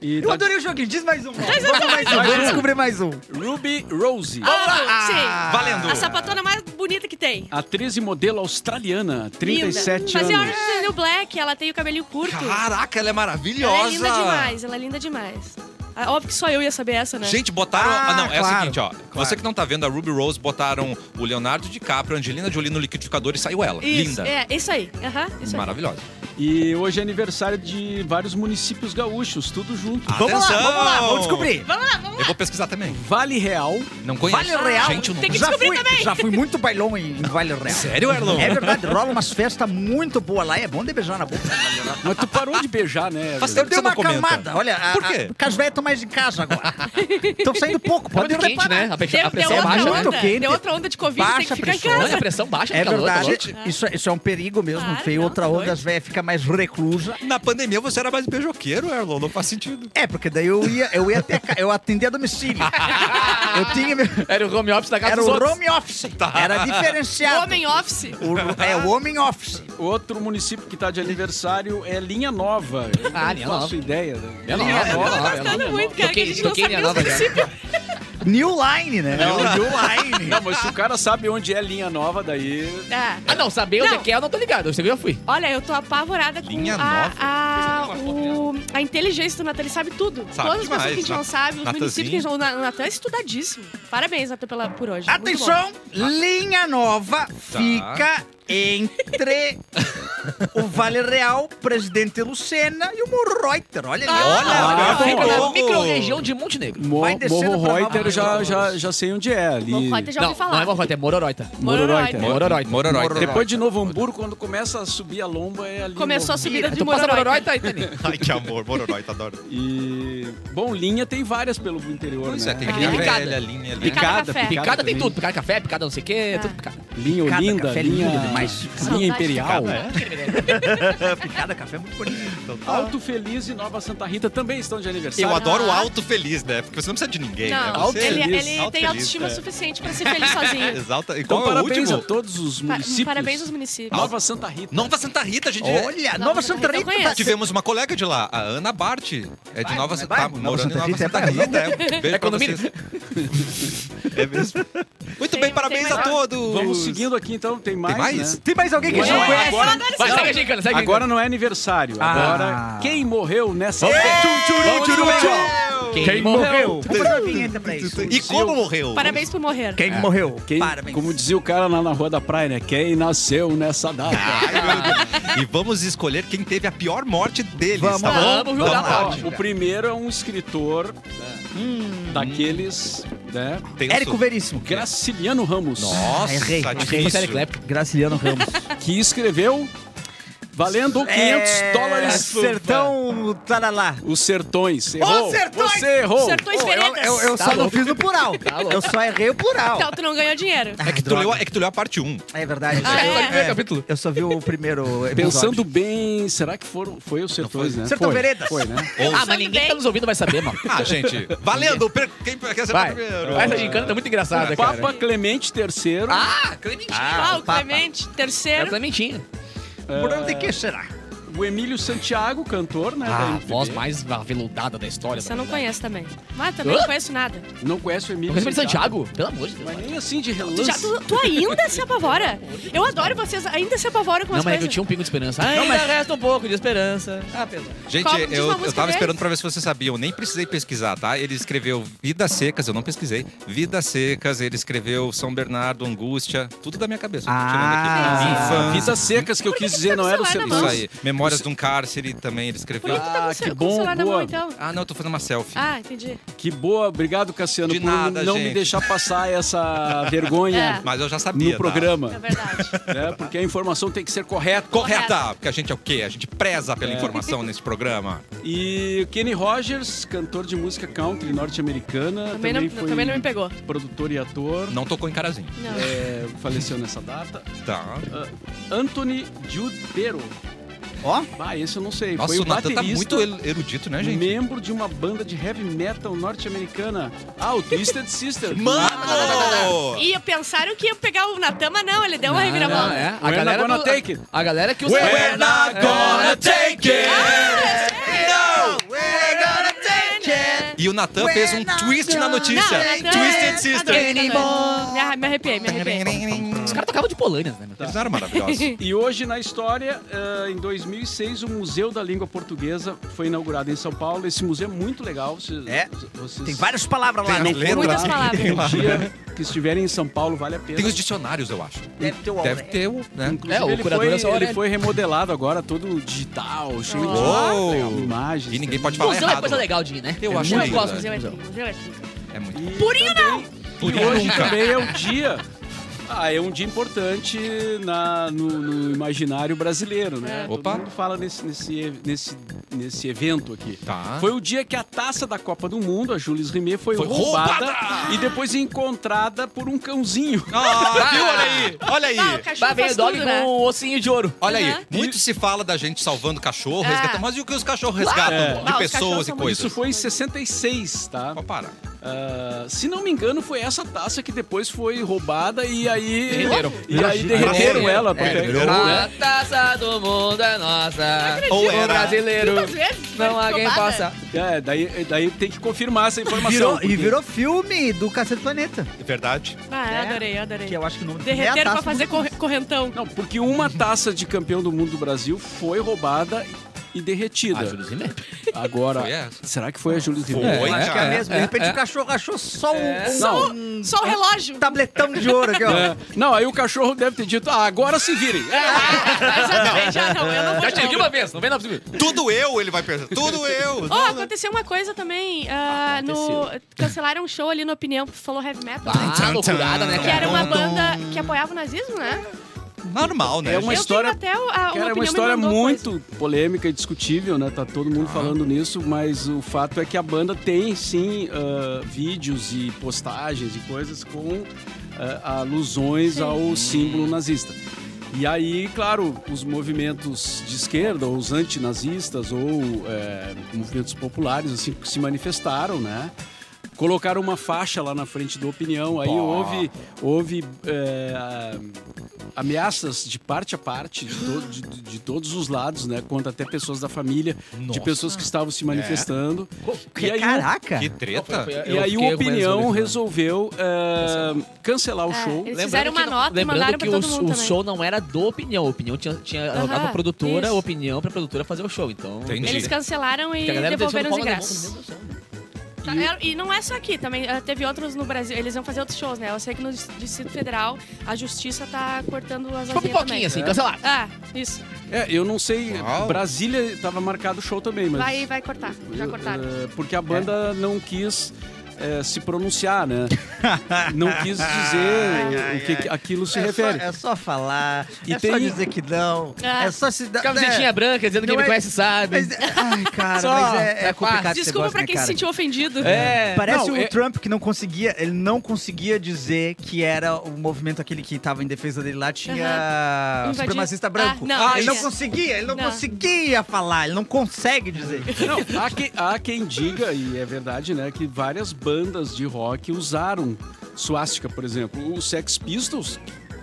C: E
E: Eu
C: tá-
E: adorei o joguinho, diz mais um. Vamos mais um, vamos descobrir mais um.
C: Ruby Rose,
D: Ah,
A: Valendo!
D: sim. A sapatona mais bonita que tem.
C: atriz e modelo australiana, 37
D: Linda. Fazia
C: anos.
D: Orange is the New Black, ela tem o cabelinho curto.
A: Caraca, ela é maravilhosa!
D: ela é linda demais, ela é linda demais. Ah, Óbvio que só eu ia saber essa, né?
A: Gente, botaram.
E: Ah,
A: Ah, não, é o
E: claro,
A: seguinte, ó. Você que não tá vendo, a Ruby Rose botaram o Leonardo DiCaprio, a Angelina Jolie no liquidificador e saiu ela.
D: Isso,
A: Linda.
D: É, isso aí. Aham, isso aí.
A: Maravilhosa.
C: E hoje é aniversário de vários municípios gaúchos, tudo junto.
B: Ah.
A: Vamos lá,
E: Vamos lá, vamos lá, vamos descobrir.
A: Eu vou pesquisar também.
C: Vale Real,
A: Não conheço.
E: Vale Real.
A: Gente, eu não
D: Ah, Tem que
E: já
D: descobrir
E: fui,
D: também.
E: Já fui muito bailão em em Vale Real.
A: Sério, Erlon?
E: É verdade, rola umas festas muito boas lá. É bom de beijar na boca.
C: mas tu parou de beijar, né?
A: Faz tempo
E: Eu
A: que
E: dei
A: você não
E: uma
A: comenta.
E: acalmada. Olha, a,
A: Por quê?
E: A, porque as velhas estão mais em casa agora. Estão saindo pouco,
B: Tá
E: pode
B: muito quente,
E: reparar.
B: né? A, pe-
D: Deu,
B: a pressão
D: deu
B: baixa,
D: outra
B: né?
E: muito
D: onda,
E: quente.
D: Deu outra onda de Covid, tem
E: Baixa
D: que ficar em
E: pressão.
B: Olha, a
D: casa.
B: pressão baixa,
E: É
B: calor, tá calor.
E: verdade, isso, isso é um perigo mesmo.
D: Claro,
E: Feio
D: não,
E: outra
D: tá
E: onda,
D: doido.
E: as velhas ficam mais reclusa.
A: Na pandemia você era mais beijoqueiro, Erlon. Não faz sentido.
E: É, porque daí eu ia, eu ia até a ca- eu atendia a domicílio. eu tinha. meu-
B: Era o home office da casa
E: Era
B: dos
E: o
B: outros. Tá.
E: home office. Era diferenciado.
D: Homem office.
E: O- é, o homem office.
C: Outro município que tá de aniversário é Linha Nova. Eu
B: Ah,
C: não
B: Linha
C: faço
B: Nova.
C: ideia. né?
B: É nova, é nova, é nova, é nova.
D: Gostando muito, cara, que a
B: Toquei-
D: gente não
B: toquei
D: sabia
B: minha nova
D: os
B: já.
D: princípios.
E: New Line, né?
B: Não,
E: New Line.
C: É Não, mas se o cara sabe onde é Linha Nova, daí...
D: Ah.
B: Ah, não, saber onde
D: Não.
B: é que é, eu não tô ligado. Eu sei que eu já fui.
D: Olha, eu tô apavorada com
A: Linha
D: a,
A: nova?
D: a- o- a inteligência do Natan. Ele sabe tudo.
A: Sabe
D: Todas as
A: demais,
D: pessoas que a gente
A: Na-
D: não sabe, os
A: Natanzinho.
D: municípios que a gente não... O Natan é estudadíssimo. Parabéns, Natan, pela, por hoje. Muito
E: Atenção, linha nova fica entre o Vale Real, Presidente Lucena e o Morreuter. Olha ali.
A: Olha,
E: ó.
A: olha,
B: Ah, fica na
A: bom.
B: micro-região de Montenegro.
C: Mo
E: Vai descendo
C: Morro
E: pra
C: Reuter,
E: Nova
C: eu já,
E: York.
C: já, já sei onde é. Ali...
D: Bom, Morro Reuter já
B: não,
D: ouvi falar.
B: não é Morroita, é Mororoita.
C: Mororoita.
B: Moro- Mororoita.
A: Mororoita.
C: Depois de Novo Hamburgo, quando começa a subir a lomba, é ali.
D: Começou a
C: Novo-
D: subida
B: Aí
D: de
B: tu passa
D: Mororoy.
B: Mororoita aí, Tani.
A: Ai, que amor. tá Mororoita, adoro.
C: E. Bom, linha tem várias pelo interior,
A: Pois
C: né?
A: é, tem
D: Ah.
A: linha
B: Picada.
A: velha, linha né? ali.
D: Picada. café.
B: Picada, tem
C: também.
B: tudo. Picada café, picada não sei o quê,
D: Ah.
B: tudo picada.
C: Linha
E: Picada,
C: Olinda,
E: café
C: linha,
E: lindo demais.
D: Saudade de né?
C: linha Imperial.
D: picada,
E: Picada, café é muito bonito. Então, tá.
C: Alto Feliz e Nova Santa Rita também estão de aniversário.
A: Eu adoro o alto feliz, né? Porque você não precisa de ninguém, né?
D: Não,
A: Você
D: ele,
C: feliz,
D: ele
A: alto
D: tem
A: feliz,
D: autoestima
A: é.
D: suficiente pra ser feliz sozinho.
A: Exalta. E
C: Então,
A: qual é o
C: parabéns
A: último?
C: a todos os
D: Pa-
C: municípios.
D: Parabéns aos municípios.
C: Nova Santa Rita.
A: Nova Santa Rita, a gente.
E: Olha,
D: Nova
E: Nova tá-
D: Santa
E: Santa
D: Rita eu
E: Rita.
D: conheço.
A: Tivemos uma colega de lá, a Ana Bart. É de Nova,
E: né?
A: Santa,
E: Bairro,
A: tá
E: Nova
A: morando em
E: Santa
A: Nova
E: Rita,
A: Santa
E: é bairro.
A: Rita. É, beijo pra
B: É condomínio.
A: vocês. É mesmo. Muito
D: Tem-
A: bem, parabéns
D: tem
A: a
D: mais-
A: todos.
C: Vamos seguindo aqui então, tem mais?
A: Tem mais?
C: né?
E: Tem mais alguém que a gente
C: Ué,
E: não conhece?
C: agora-
B: Vai, segue a gincana, segue a
C: Agora não é aniversário. Agora, quem morreu nessa.
B: Vamos descobrir. Quem, morreu?
E: Vamos fazer uma vinheta pra isso.
A: E como morreu?
D: Parabéns por morrer.
E: Quem morreu?
C: Quem,
E: Parabéns.
C: como dizia o cara lá na Rua da Praia, né? Quem nasceu nessa data?
A: Ai, meu Deus. E vamos escolher quem teve a pior morte deles,
E: Vamos
A: tá bom?
B: lá, vamos jogar
A: Vamos lá.
B: morte.
C: Ó, o primeiro é um escritor daqueles, né?
A: Tem o
E: Érico
A: seu-
E: Veríssimo.
C: Graciliano Ramos,
A: Nossa, tá
E: Ah, errei.
B: Achei que fosse
A: difícil.
B: Eric Clapton.
E: Graciliano Ramos.
C: que escreveu valendo 500
E: É,
C: dólares.
E: Sertão Taralá.
C: Os Sertões. Errou.
E: Sertões!
C: Você errou.
D: Sertões
E: Pô, eu,
D: Veredas.
E: eu- eu
B: Tá
E: só não
B: louco.
E: fiz no plural.
B: Tá louco.
E: eu só errei o plural.
D: Então, tu não ganhou dinheiro.
A: É que, tu leu, é que tu leu a parte 1.
E: É verdade.
D: Ah, é?
E: Eu-
B: É, capítulo.
E: Eu só vi o primeiro episódio.
C: Pensando bem, será que foram, foi os Sertões, né?
E: Sertão
C: foi,
E: Veredas.
C: Foi, né?
B: Ah, mas ninguém que tá nos ouvindo vai saber, mano.
A: Ah, gente, valendo! per- Quem quer acertar
B: Vai.
A: primeiro?
B: Vai, Essa gincana tá muito engraçada, cara.
C: Papa Clemente III.
B: Ah, Clementinho.
D: Ah,
E: Ah,
D: o
E: o Papa.
D: Clemente,
B: É
D: terceiro.
B: Clementinho.
E: Por onde que será?
C: O Emílio Santiago, cantor, né? da
B: Ah, a
C: MPB.
B: voz mais aveludada da história.
D: Você
B: da
D: não
B: humanidade.
D: conhece também. Mas também
B: Hã?
D: não conheço nada.
C: Não conhece o
B: Não
C: Emílio
B: conhece o Santiago? Pelo amor de Deus.
C: Mas nem assim de
D: Tu,
C: relance.
D: já, tu, tu ainda se apavora. Eu adoro vocês, ainda se apavoram com
B: Não,
D: as
B: mas é que eu
D: coisas.
B: tinha um pingo de esperança. Ainda resta um pouco de esperança. Ah, perdão.
A: Gente,
D: Qual- diz uma
A: eu, eu
D: música
A: tava
D: dele.
A: esperando pra ver se vocês sabiam. Nem precisei pesquisar, tá? Ele escreveu Vidas Secas, eu não pesquisei. Vidas Secas, ele escreveu São Bernardo, Angústia, tudo da minha cabeça. eu tô tirando aqui.
E: Ah.
A: Infância.
C: Vidas secas que eu quis dizer,
D: tá
C: não
D: com o
C: era o
D: celular na
A: Isso
C: Sertões.
A: aí. Memórias Memórias de um Cárcere também, ele
D: Por
B: um
A: escreveu.
D: que tu tá
C: Ah,
D: com, o ce-
C: que
D: com o
C: bom,
D: celular na mão,
C: boa.
D: então?
A: Ah, não, eu tô fazendo uma selfie.
D: Ah, entendi.
C: Que boa, obrigado, Cassiano,
A: De
C: por
A: nada,
C: não
A: gente.
C: me deixar passar essa vergonha
A: Mas eu já sabia.
C: no
A: tá?
D: É
C: programa.
D: verdade.
C: né? Porque a informação tem que ser correta.
A: Correta! Porque a gente é o quê? A gente preza pela
C: É.
A: informação nesse programa.
C: E o Kenny Rogers, cantor de música country norte-americana,
D: também,
C: também,
D: não,
C: foi
D: também não me pegou.
C: produtor e ator,
A: Não tocou em carazinho.
D: Não.
C: é, faleceu nessa data.
A: Tá.
C: Ah, Anthony Giudiero,
E: Ó,
C: ah, esse eu não sei,
A: Nossa,
C: foi
A: o
C: o
A: Nathan tá
C: baterista,
A: muito el- erudito, né, gente?
C: membro de uma banda de heavy metal norte-americana. Ah, o Twisted Sister.
A: Mano!
D: E pensaram que ia pegar o Natan, mas não, ele deu uma
B: Não,
D: reviravolta.
B: é. A
C: We're
B: galera,
C: not gonna
B: do-
C: take it.
B: a galera que usa.
A: We're not gonna take it! No! We're gonna take it! E o Natan fez um twist na notícia.
D: Não, Natan, é-
A: Twisted
D: adorei,
A: Sister.
D: adorei. Me arre- Me arrepiei, me arrepiei.
B: Os caras tocavam de polânias, né? meu?
A: Eles eram maravilhosos.
C: E hoje na história, eh, em 2006, o Museu da Língua Portuguesa foi inaugurado em São Paulo. Esse museu é muito legal. Vocês,
E: É.
C: vocês-
E: tem várias palavras lá,
A: Tem
E: não
A: as letras.
D: Muitas
A: Tem
D: palavras.
A: lá.
C: Um dia que estiverem em São Paulo, vale a pena.
A: Tem os dicionários, eu acho.
E: Deve ter um o
A: Deve ter o, né?
C: Inclusive,
B: É, o
C: ele,
B: curador é
C: foi,
B: o seu Aurélio.
C: ele foi remodelado agora, todo digital, cheio
A: Uou!
C: de imagens.
A: E ninguém
C: tem-
A: pode falar
B: Museu é
A: errado.
B: coisa legal de ir, né?
A: Eu
B: É
A: acho
B: muito-
A: lindo,
B: Eu gosto
A: né?
B: do
D: Museu é
B: museu.
D: tudo, museu é tudo.
A: É muito.
C: E
D: Purinho
C: também-
A: Purinho
C: E hoje
A: nunca.
C: também é o dia... Ah, é um dia importante na- no, no imaginário brasileiro, né?
D: É.
A: Opa.
C: Todo mundo fala nesse, nesse, nesse, nesse evento aqui.
A: Tá.
C: Foi o dia que a taça da Copa do Mundo, a Jules Rimet, foi,
A: Foi
C: roubada,
A: roubada!
C: e depois encontrada por um cãozinho.
A: Ah, viu? Olha aí! Olha
D: Ah, o
A: aí!
D: cachorro
B: Vai ver
D: faz
B: o dog
D: tudo,
B: com
D: né?
B: o ossinho de ouro.
A: Olha aí,
D: Uhum.
A: muito se fala da gente salvando cachorro,
D: Ah.
A: resgatando, mas e o que os cachorros resgatam?
C: É.
A: De
D: Ah, os cachorros
A: pessoas e
D: são
A: coisas.
C: Isso foi em 66, tá?
A: Pode parar.
C: Ah, se não me engano, foi essa taça que depois foi roubada e aí.
B: Derreteram.
C: E aí derreteram
A: Derreteram.
C: ela.
A: É,
C: porque-
A: derreteram.
C: né?
B: A taça do mundo é nossa.
A: Ou
B: O
A: era.
B: brasileiro.
D: Muitas vezes,
B: Não
D: foi
B: há quem
D: roubada.
B: faça.
C: É, daí, daí tem que confirmar essa informação.
E: Virou,
C: porque-
E: e virou filme do Cacete do Planeta.
A: É verdade.
D: Ah, eu adorei, eu
E: Que
D: adorei.
E: eu acho que o nome do filme é a
D: Derreteram pra
E: taça
D: fazer
E: do-
D: corre- correntão.
C: Não, porque uma taça de campeão do mundo do Brasil foi roubada e derretida.
B: Ah, Júlio Zimmer.
C: Agora,
A: Foi essa?
C: será que foi a Júlia Ribeiro?
A: Foi.
E: Eu acho que
A: É,
E: é mesmo. De
B: é,
E: repente
B: é.
E: o cachorro achou só um,
B: É.
E: um-
C: Não.
E: um
D: Só o relógio.
E: tabletão de ouro aqui, ó.
C: É.
A: então.
C: Não, aí o cachorro deve ter dito, ah, agora se virem.
D: Ah, Exatamente, ah, não, eu não vou
B: Já
D: de
B: te vi
D: novo.
B: uma vez, não vem na possível.
A: Tudo eu, ele vai pensar. Tudo eu.
D: Ó, aconteceu uma coisa também. ah, no, cancelaram um show ali no Opinião, falou heavy metal.
B: Ah, loucurada, né,
D: Que era uma
A: Tum, tum.
D: banda que apoiava o nazismo, né?
A: Normal, né?
C: É uma
D: eu
C: história-
D: tenho até o- a, uma
C: Cara, é
D: opinião
C: uma
D: me
C: história
D: mandou
C: muito
D: coisa.
C: polêmica e discutível, né? Tá todo mundo falando nisso, mas o fato é que a banda tem sim ah, vídeos e postagens e coisas com ah, alusões ao símbolo nazista. E aí, claro, os movimentos de esquerda, ou os antinazistas, ou eh, movimentos populares, assim, que se manifestaram, né? Colocaram uma faixa lá na frente do opinião, aí
A: Pô.
C: houve, houve eh, ameaças de parte a parte, de, to- de- de- de todos os lados, né? Contra até pessoas da família,
A: Nossa.
C: de pessoas que estavam se manifestando. E aí, o-
E: Caraca!
A: Que treta.
C: e aí o Opinião resolveu eh, cancelar o
D: É,
C: show.
D: eles fizeram uma nota e
B: lembrando
D: mandaram
B: que
D: pra todo
B: o,
D: mundo
B: o
D: também.
B: show não era do Opinião. O Opinião tinha, tinha
D: Aham,
B: alugava pra produtora,
D: isso.
B: Opinião pra produtora fazer o show. Então,
A: Entendi.
D: Eles cancelaram e
B: Porque a galera tá
D: devolveram os
B: desceu no pau,
D: ingressos.
B: mas devolveu.
D: Tá,
C: E o-
D: é, E não é só aqui, também ah, teve outros no Brasil. Eles iam fazer outros shows, né? Eu sei que no Distrito Federal a justiça tá cortando as
B: Tipo
D: asinhas também.
B: pipoquinha, assim, cancelado.
D: Ah, isso.
C: É, eu não sei.
A: Uau.
C: Brasília estava marcado o show também, mas.
D: Vai, vai cortar. Já cortaram.
B: ah,
C: Eh, porque a banda não quis eh, se pronunciar, né? não quis dizer o- o que que aquilo se
E: é, só,
C: refere.
E: é só falar,
C: E
E: é só
C: tem-
E: dizer que não,
D: Ah.
E: é só se dar...
B: Camisetinha
E: é,
B: branca, dizendo que
E: Não
B: me
E: é-
B: conhece sabe.
E: mas, é- ai, cara,
B: Só,
E: mas é, é
B: é fácil.
E: complicado esse
D: Desculpa
E: negócio,
D: pra
E: né,
D: quem
E: cara?
D: se sentiu ofendido.
B: É.
E: Parece um
C: Não,
E: o
C: é-
E: Trump que não conseguia, ele não conseguia dizer que era o movimento aquele que tava em defesa dele lá, tinha
D: Aham. Invadir-
E: supremacista branco.
D: Ah, não,
E: ele não
D: tinha.
E: conseguia, ele não,
D: Não.
E: conseguia falar, ele não consegue dizer.
C: Não, há, que- há quem diga, e é verdade, né, que várias bandas de rock usaram suástica, por exemplo. O Sex Pistols,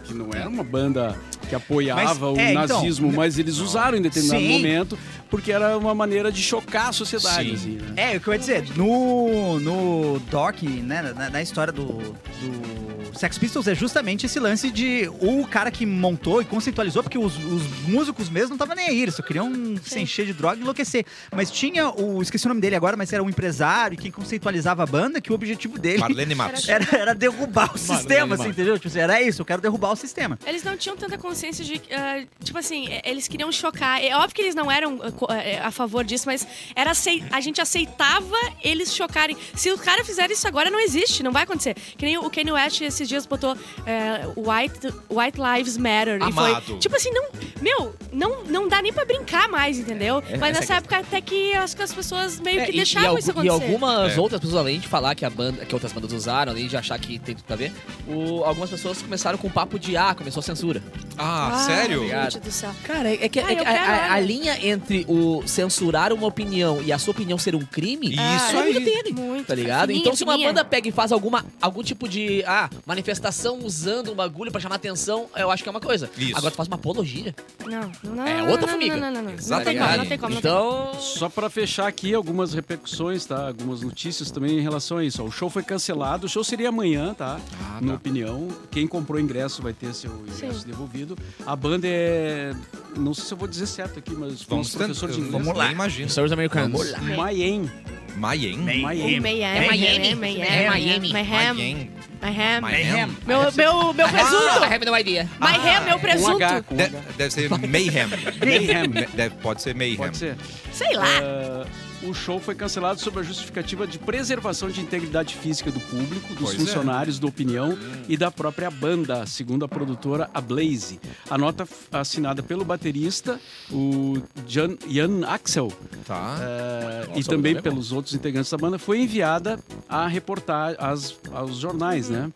C: que não era uma banda que apoiava
E: Mas,
C: o
E: é, então,
C: nazismo, mas eles usaram em determinado
E: Sim.
C: momento, porque era uma maneira de chocar a sociedade.
A: Sim.
C: assim, né?
E: É, o que eu ia dizer, no, no Doc, né, na, na história do, do Sex Pistols, é justamente esse lance de o cara que montou e conceitualizou, porque os, os músicos mesmo não estavam nem aí, eles só queriam um se
D: Sim.
E: encher de droga e enlouquecer. Mas tinha o, esqueci o nome dele agora, mas era um empresário que conceitualizava a banda, que o objetivo dele
A: Marlene Matos.
E: era, era derrubar o sistema,
C: Marlene
E: assim, entendeu? Tipo assim, era isso, eu quero derrubar o sistema.
D: Eles não tinham tanta consciência de. ah, tipo assim, eh, eles queriam chocar. É óbvio que eles não eram ah, co- eh, a favor disso, mas era acei- a gente aceitava eles chocarem. Se o cara fizer isso agora, não existe, não vai acontecer. Que nem o Kanye West esses dias botou eh, White, White Lives Matter. E
A: Amado.
D: foi, tipo assim, não. Meu, não, não dá nem pra brincar mais, entendeu?
B: É,
D: mas
B: essa
D: nessa
B: é a
D: época até que eu acho que as pessoas meio
B: É,
D: que
B: e-
D: deixavam
B: e,
D: isso
B: algu- e
D: acontecer.
B: algumas
A: É.
B: outras pessoas, além de falar que a banda, que outras bandas usaram, além de achar que tem tudo pra ver, o- algumas pessoas começaram com o papo de ah, começou a censura.
A: Ah, sério?
D: Meu
B: Obrigado.
D: Deus do céu.
B: Cara, é que,
D: Ah, eu
B: a,
D: quero
B: a- a
D: ela.
B: linha entre o censurar uma opinião e a sua opinião ser um crime
A: Isso
B: é muito
A: aí.
B: tênue.
D: Muito. assim,
B: Tá ligado?
D: Fininha,
B: então, se uma
D: fininha.
B: banda pega e faz alguma, algum tipo de ah, manifestação usando um bagulho pra chamar atenção, eu acho que é uma coisa.
A: Isso.
B: Agora tu faz uma apologia.
D: Não, não, não.
B: É
D: não,
B: outra
D: não,
B: formiga.
D: Não, não, não. Não tem
A: Exatamente.
D: como, não tem como. não tem
B: Então.
C: Só para fechar aqui algumas repercussões, tá? Algumas notícias também em relação a isso. ó. O show foi cancelado, o show seria amanhã, tá?
A: Ah,
C: Minha
A: tá.
C: opinião, quem comprou ingresso vai ter seu ingresso devolvido. A banda é. Não sei se eu vou dizer certo aqui, mas
A: Vamos
C: nosso professor de
A: tentar.
C: inglês.
A: Nem imagino.
B: Senhores americanos.
D: como.
C: Mayen.
A: Mayen.
D: O
C: Mayen.
D: Mayhem,
B: É Miami. É
D: Mayhem, Mayhem,
B: Miami.
D: Mayhem,
A: Mayen.
D: Mayhem.
A: Mayhem.
D: Meu, meu,
E: Ah,
D: meu
B: I
D: presunto.
B: have no idea.
D: Mayhem,
E: um
D: meu
C: Com
D: presunto.
C: H, com
A: De-
C: H.
A: deve ser Mayhem.
C: Mayhem.
A: Deve- pode ser Mayhem.
C: Pode ser.
D: Sei lá.
C: Ah, o show foi cancelado sob a justificativa de preservação de integridade física do público, dos
A: Pois é.
C: funcionários da opinião e da própria banda, segundo a produtora A Blaze. A nota f- assinada pelo baterista, o Jan, Jan Axel,
A: Tá.
C: ah,
B: Nossa,
C: e também
B: muito legal.
C: pelos outros integrantes da banda, foi enviada a reportar às, aos jornais, né?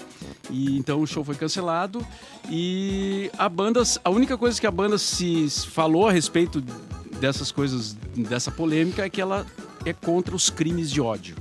C: E então o show foi cancelado e a banda, a única coisa que a banda se falou a respeito dessas coisas, dessa polêmica, é que ela é contra os crimes de ódio.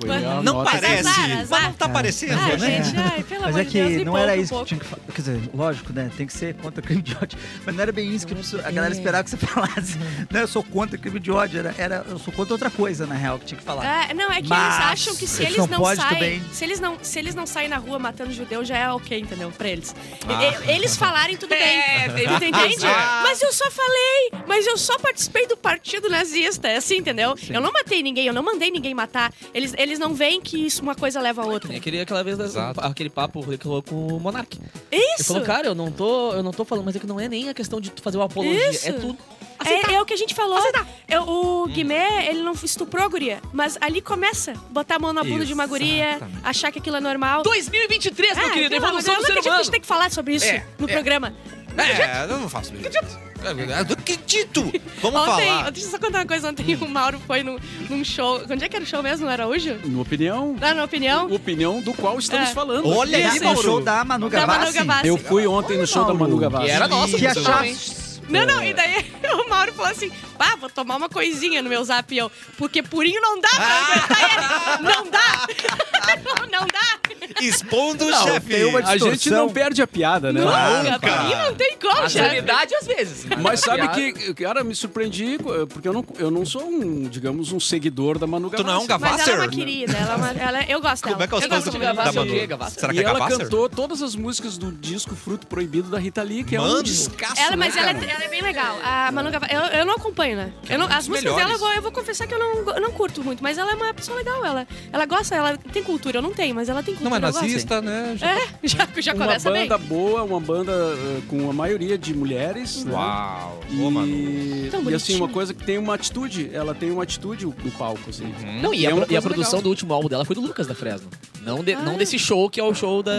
C: Foi a
A: Não
C: nota que- é
A: parece,
D: Azar,
A: mas
D: azar.
A: não tá parecendo,
D: Ai,
A: né?
D: Ah, gente, ai, pelo
E: Ah, Mas
D: amor
E: é
D: de
E: que
D: Deus, me
E: não era
D: poupa um
E: isso que
D: pouco.
E: tinha que falar. Quer dizer, lógico, né? Tem que ser contra crime de ódio. Mas não era bem isso que a galera esperava que você falasse. Não, eu sou contra crime de ódio. Era, era- eu sou contra outra coisa, na real, que tinha que falar.
D: É, não, é que
E: Mas
D: eles acham que se
E: eles
D: eles
E: não
D: não,
E: pode
D: saem.
E: também.
D: Se eles não, se eles não saem na rua matando judeu, já é ok, entendeu? Pra eles.
A: Ah.
D: E- e- Eles falarem tudo bem.
E: É,
D: tu entende?
E: assim, "Ah."
A: razão.
D: Mas eu só falei, mas eu só participei do partido nazista. É assim, entendeu? Eu não matei ninguém, eu não mandei ninguém matar. Eles, eles não veem que isso uma coisa leva a outra.
B: É aquele, aquela vez, das-
A: Exato.
B: aquele papo que ele falou com o Monark. Ele
D: É Isso!
B: falou, cara, eu não tô, eu não tô falando, mas é que não é nem a questão de tu fazer uma apologia,
D: Isso.
B: é tudo.
D: É, é o que a gente falou. Eu- o Guimê, ele não estuprou a guria, mas ali começa. Botar a mão na bunda de uma guria,
A: Exatamente.
D: achar que aquilo é normal.
B: 2023,
D: Ah,
B: meu querido,
D: pelo amor de
B: evolução do
D: Deus, eu
B: ser
D: não acredito que a
B: humano.
D: gente tem que falar sobre isso
B: É,
D: no programa.
A: É, eu não faço isso. É, Do que dito? Vamos
D: ontem,
A: falar.
D: deixa eu só contar uma coisa. Ontem o Mauro foi num, num show. Onde é que era o show mesmo? Não era hoje?
C: Minha opinião,
D: Lá na opinião?
C: opinião do qual estamos
D: É.
C: falando.
A: Olha
E: E
A: aí,
E: aí,
A: esse
E: no
A: Mauro.
E: show da Manu
D: Da Manu
E: Gavassi.
D: Gavassi.
C: Eu fui ontem no show da Manu Gavassi.
B: E era nossa,
E: Que
B: inclusive.
E: achar...
D: Não, não, e daí o Mauro falou assim: pá, vou tomar uma coisinha no meu zap e eu, porque purinho não dá pra aguentar ele. Não dá! não dá!
A: Expondo o
E: Não,
A: chefe. Ah,
E: tem uma-
C: A gente não perde a piada, né?
D: Nunca,
A: cara.
D: purinho não tem como,
B: A
D: chefe.
B: sanidade, às vezes.
C: Mas
B: a
C: sabe
B: piada-
C: que, cara, me surpreendi, porque eu não, eu não sou um, digamos, um seguidor da Manu
A: Tu
C: Gavassi.
A: não é um Gavassi?
D: Mas ela é uma
A: Vasser?
D: querida, ela é uma, ela, eu gosto
A: Como
D: dela.
A: é que é o
D: eu
A: nome
D: gosto
A: do-
D: muito
A: da
D: dela.
B: Gavassi,
A: Manu?
B: eu digo, Gavassi.
A: Será
C: né? E
A: que é
C: ela
A: Gavasser?
C: cantou todas as músicas do disco Fruto Proibido da Rita Lee, que é
A: Mano.
C: um descasso.
D: Ela, mas
C: né,
D: ela,
C: cara?
D: é- ela é bem legal. A Manu Gavassi, eu, eu não acompanho, né? Eu não-
A: uma das
D: as músicas
A: É melhores.
D: dela, eu vou, eu vou confessar que eu não, eu não curto muito, mas ela é uma pessoa legal. Ela, ela gosta, ela tem cultura, eu não tenho, mas ela tem cultura.
A: Não é
D: eu gosto.
A: nazista, né?
D: É, já, já
C: Uma
D: começa bem.
C: banda boa, uma banda eh, com a maioria de mulheres, né?
A: Uau.
C: E,
A: Ô, Manu.
D: Tão
C: e assim,
D: bonitinho.
C: uma coisa que tem uma atitude, ela tem uma atitude no palco, assim.
A: Uhum.
B: Não, e,
C: É
B: a,
C: uma
B: pro- e a
C: coisa
B: produção
C: legal.
B: do último álbum dela foi do Lucas da Fresno. Não, de-
D: Ah.
B: não desse show que é o show da.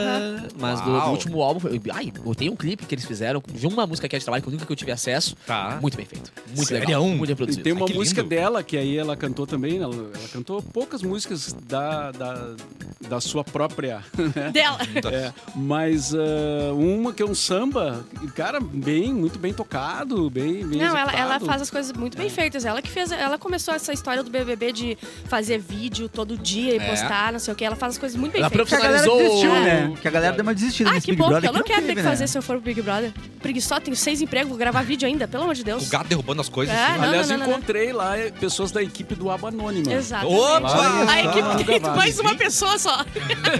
B: Mas do, do
A: Uau.
B: último álbum. Foi, ai, eu tenho um clipe que eles fizeram de uma música que é de trabalho que eu nunca que eu tive acesso.
A: Tá.
B: Muito bem feito. Muito
A: Sério?
B: legal.
A: Um.
B: Muito bem
C: E
B: produzido.
C: tem uma
A: Ai, que
C: música
A: lindo.
C: dela, que aí ela cantou também, né? ela, ela cantou poucas músicas da, da, da sua própria,
D: Dela.
A: Então,
C: é, mas ah, uma que é um samba, cara, bem, muito bem tocado, bem, bem
D: Não, ela, ela
C: executado.
D: faz as coisas muito bem feitas. Ela que fez. Ela começou essa história do BBB de fazer vídeo todo dia e
B: É.
D: postar, não sei o quê. Ela faz as coisas muito bem
B: Ela
D: feitas.
E: Que a galera
B: Finalizou
E: desistiu,
B: o-
E: né? Que a galera deu uma desistida
D: Ah,
E: nesse
D: que
E: Big
D: bom, porque
E: Brother.
D: eu não quero ter
E: teve,
D: que
E: né?
D: fazer se eu for pro Big Brother. Preguiçosa, tenho seis empregos, vou gravar vídeo ainda, pelo amor de
A: O
D: Deus.
A: gato derrubando as coisas.
D: É,
A: assim,
D: não,
A: né?
C: Aliás,
D: não, não, não.
C: encontrei lá eh, pessoas da equipe do Aba Anônima.
D: Exato.
A: Opa!
D: A
C: Olha só,
D: equipe tem
C: Gavassi.
D: mais uma pessoa só.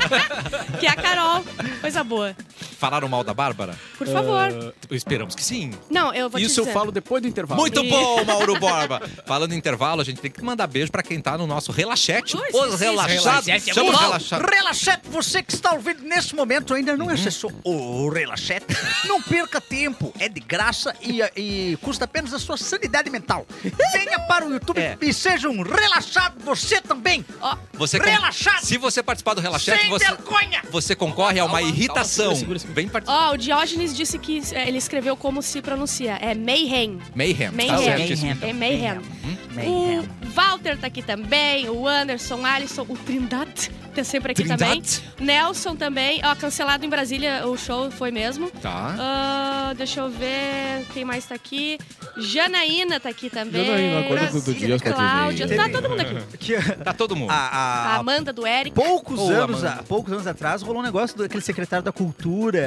D: que é a Carol. Coisa boa.
A: Falaram mal da Bárbara? Tipo,
D: Por favor.
A: Ah, Esperamos que sim.
D: Não, eu vou te
C: Isso eu
D: dizer.
C: falo depois do intervalo.
A: Muito
D: E-
A: bom, Mauro Borba. Falando em intervalo, a gente tem que mandar beijo pra quem tá no nosso relaxete.
D: Pois, sim,
A: Os
D: sim,
A: relaxados.
B: sim, sim.
A: Chama os
B: Vamos lá.
A: relaxados.
E: Relaxete, você que está ouvindo neste momento ainda
A: Uhum.
E: não acessou o Relaxete, não perca tempo, é de graça e, e custa apenas a sua sanidade mental. Venha para o YouTube
A: É.
E: e seja um relaxado você também.
D: Ó,
A: Você con-
E: Relaxado,
A: Se você participar do relaxete,
E: sem
A: você,
E: vergonha.
A: você concorre a uma
B: Calma,
A: irritação.
B: calma, segura, segura, segura.
A: Vem participar.
D: ó, o Diógenes disse que é, ele escreveu como se pronuncia. É Mayhem.
A: Mayhem. Tá
D: Mayhem.
A: certíssimo.
D: É Mayhem.
E: Mayhem.
D: O Walter tá aqui também, o Anderson, Alisson, o Trindade tá sempre aqui também.
A: Trindade.
D: Nelson também. Ó, cancelado em Brasília o show, foi mesmo.
A: Tá.
D: Ah, deixa eu ver quem mais tá aqui. Janaína tá aqui também.
F: Janaína, acorda todo dia às quatro e
D: Cláudia,
F: meia.
D: tá todo mundo aqui.
E: Que a-
A: Tá todo mundo.
E: a-
D: A Amanda do Eric.
E: poucos
A: Ô,
E: anos,
A: Amanda.
E: há poucos anos atrás rolou um negócio do- daquele secretário da cultura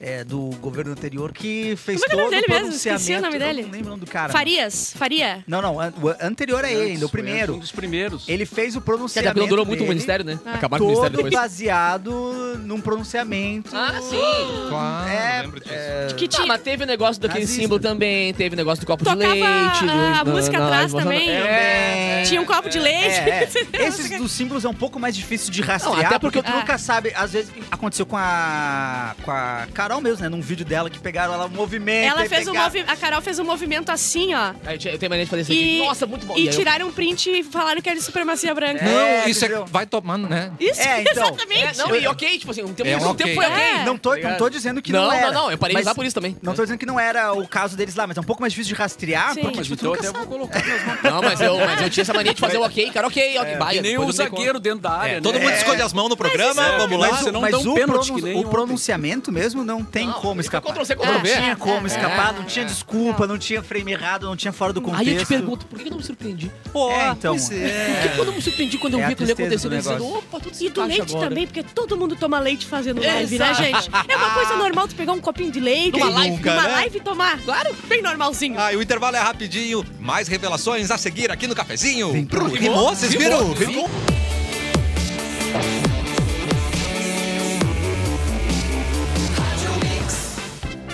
E: é, do governo anterior que fez
D: Como é que é o
E: todo
D: nome dele
E: o
D: mesmo? Esqueci o
E: pronunciamento.
D: nome dele.
E: Eu não lembro o nome do cara.
D: Farias, Faria.
E: Não, não, an- o anterior a ele, ainda, o
C: Foi Um
E: primeiro.
C: dos primeiros.
E: Ele fez o
B: Que
E: pronunciamento.
B: até não durou muito o
E: dele,
B: ministério, né?
D: Ah.
B: Acabaram com o ministério
E: Todo
B: depois.
E: baseado num pronunciamento.
B: Ah, sim.
A: Claro,
E: é,
A: lembro disso.
E: é,
D: Que
B: Ah,
D: tinha.
B: mas teve o negócio daquele
E: Nazista.
B: símbolo também, teve o negócio do copo
D: Tocava
B: de leite.
D: a
B: do-
D: música atrás
B: esboçada-
D: também.
E: É,
D: Tinha um copo de leite.
E: É, é. Esses dos símbolos é um pouco mais difícil de rastrear,
B: até
E: porque,
B: porque-
E: tu nunca sabe. Às vezes aconteceu com a com a Carol mesmo, né? Num vídeo dela que pegaram ela o movimento.
D: Ela
E: aí
D: fez um
E: pegaram-
D: movi- a Carol fez um movimento assim, ó.
B: Aí eu tinha- eu tenho mania de fazer isso
D: E-
B: aqui. Nossa, muito bom.
D: E
B: aí eu-
D: tiraram um print e falaram que era de supremacia branca.
A: Não,
E: É,
A: isso é.
E: entendeu?
A: Vai tomando, né?
D: Isso,
E: É, então.
D: exatamente.
B: É, não, e ok, tipo assim, um tempo,
A: É,
B: um
A: ok.
B: tempo foi ok.
D: É.
E: Não tô, não tô dizendo que não,
B: não,
E: era.
B: não, não, eu parei
E: mas
B: de usar por isso também.
E: Não tô dizendo que não era o caso deles lá, mas é um pouco mais difícil de rastrear,
D: Sim.
E: porque
C: Mas
E: tipo, tu
C: então
E: nunca
C: até
E: sabe.
C: vou colocar minhas mãos.
B: Não, mas eu, mas eu tinha essa mania de fazer o ok, cara,
E: é,
B: ok, ok, vai.
C: E nem
B: depois
C: o
B: eu me conto.
C: zagueiro dentro da área.
A: É, todo
C: né?
A: mundo esconde as mãos no programa, vamos lá.
E: Mas,
C: Você
E: o-
C: não
E: mas
C: dá um
E: o,
C: pênalti
E: pronun-
C: que nem
E: o
C: ontem.
E: pronunciamento mesmo não tem
B: Não,
E: como
B: foi
E: escapar.
B: Ctrl-C,
E: Não
B: Ctrl-V.
E: tinha como
D: É.
E: escapar, não tinha desculpa, não tinha frame errado, não tinha fora do contexto.
B: Aí eu te pergunto, por que eu não me surpreendi?
A: Pô,
E: É, então.
A: pois
B: Por
A: é.
B: que quando eu não me surpreendi quando
E: É
B: eu
E: a
B: vi aquilo ali
E: tristeza
B: acontecendo?
E: do
B: Eu disse,
E: negócio.
B: opa, tudo se
D: E do
B: encaixa
D: leite
B: agora.
D: também, porque todo mundo toma leite fazendo live,
B: Exato.
D: né, gente? É uma coisa normal tu pegar um copinho de leite,
B: Numa
D: e-
B: live,
D: numa
A: né?
D: live e tomar. Claro, bem normalzinho.
A: Ah, e o intervalo é rapidinho. Mais revelações a seguir aqui no cafezinho.
E: Vem pra-
A: Rimou, vocês viram? Rimou.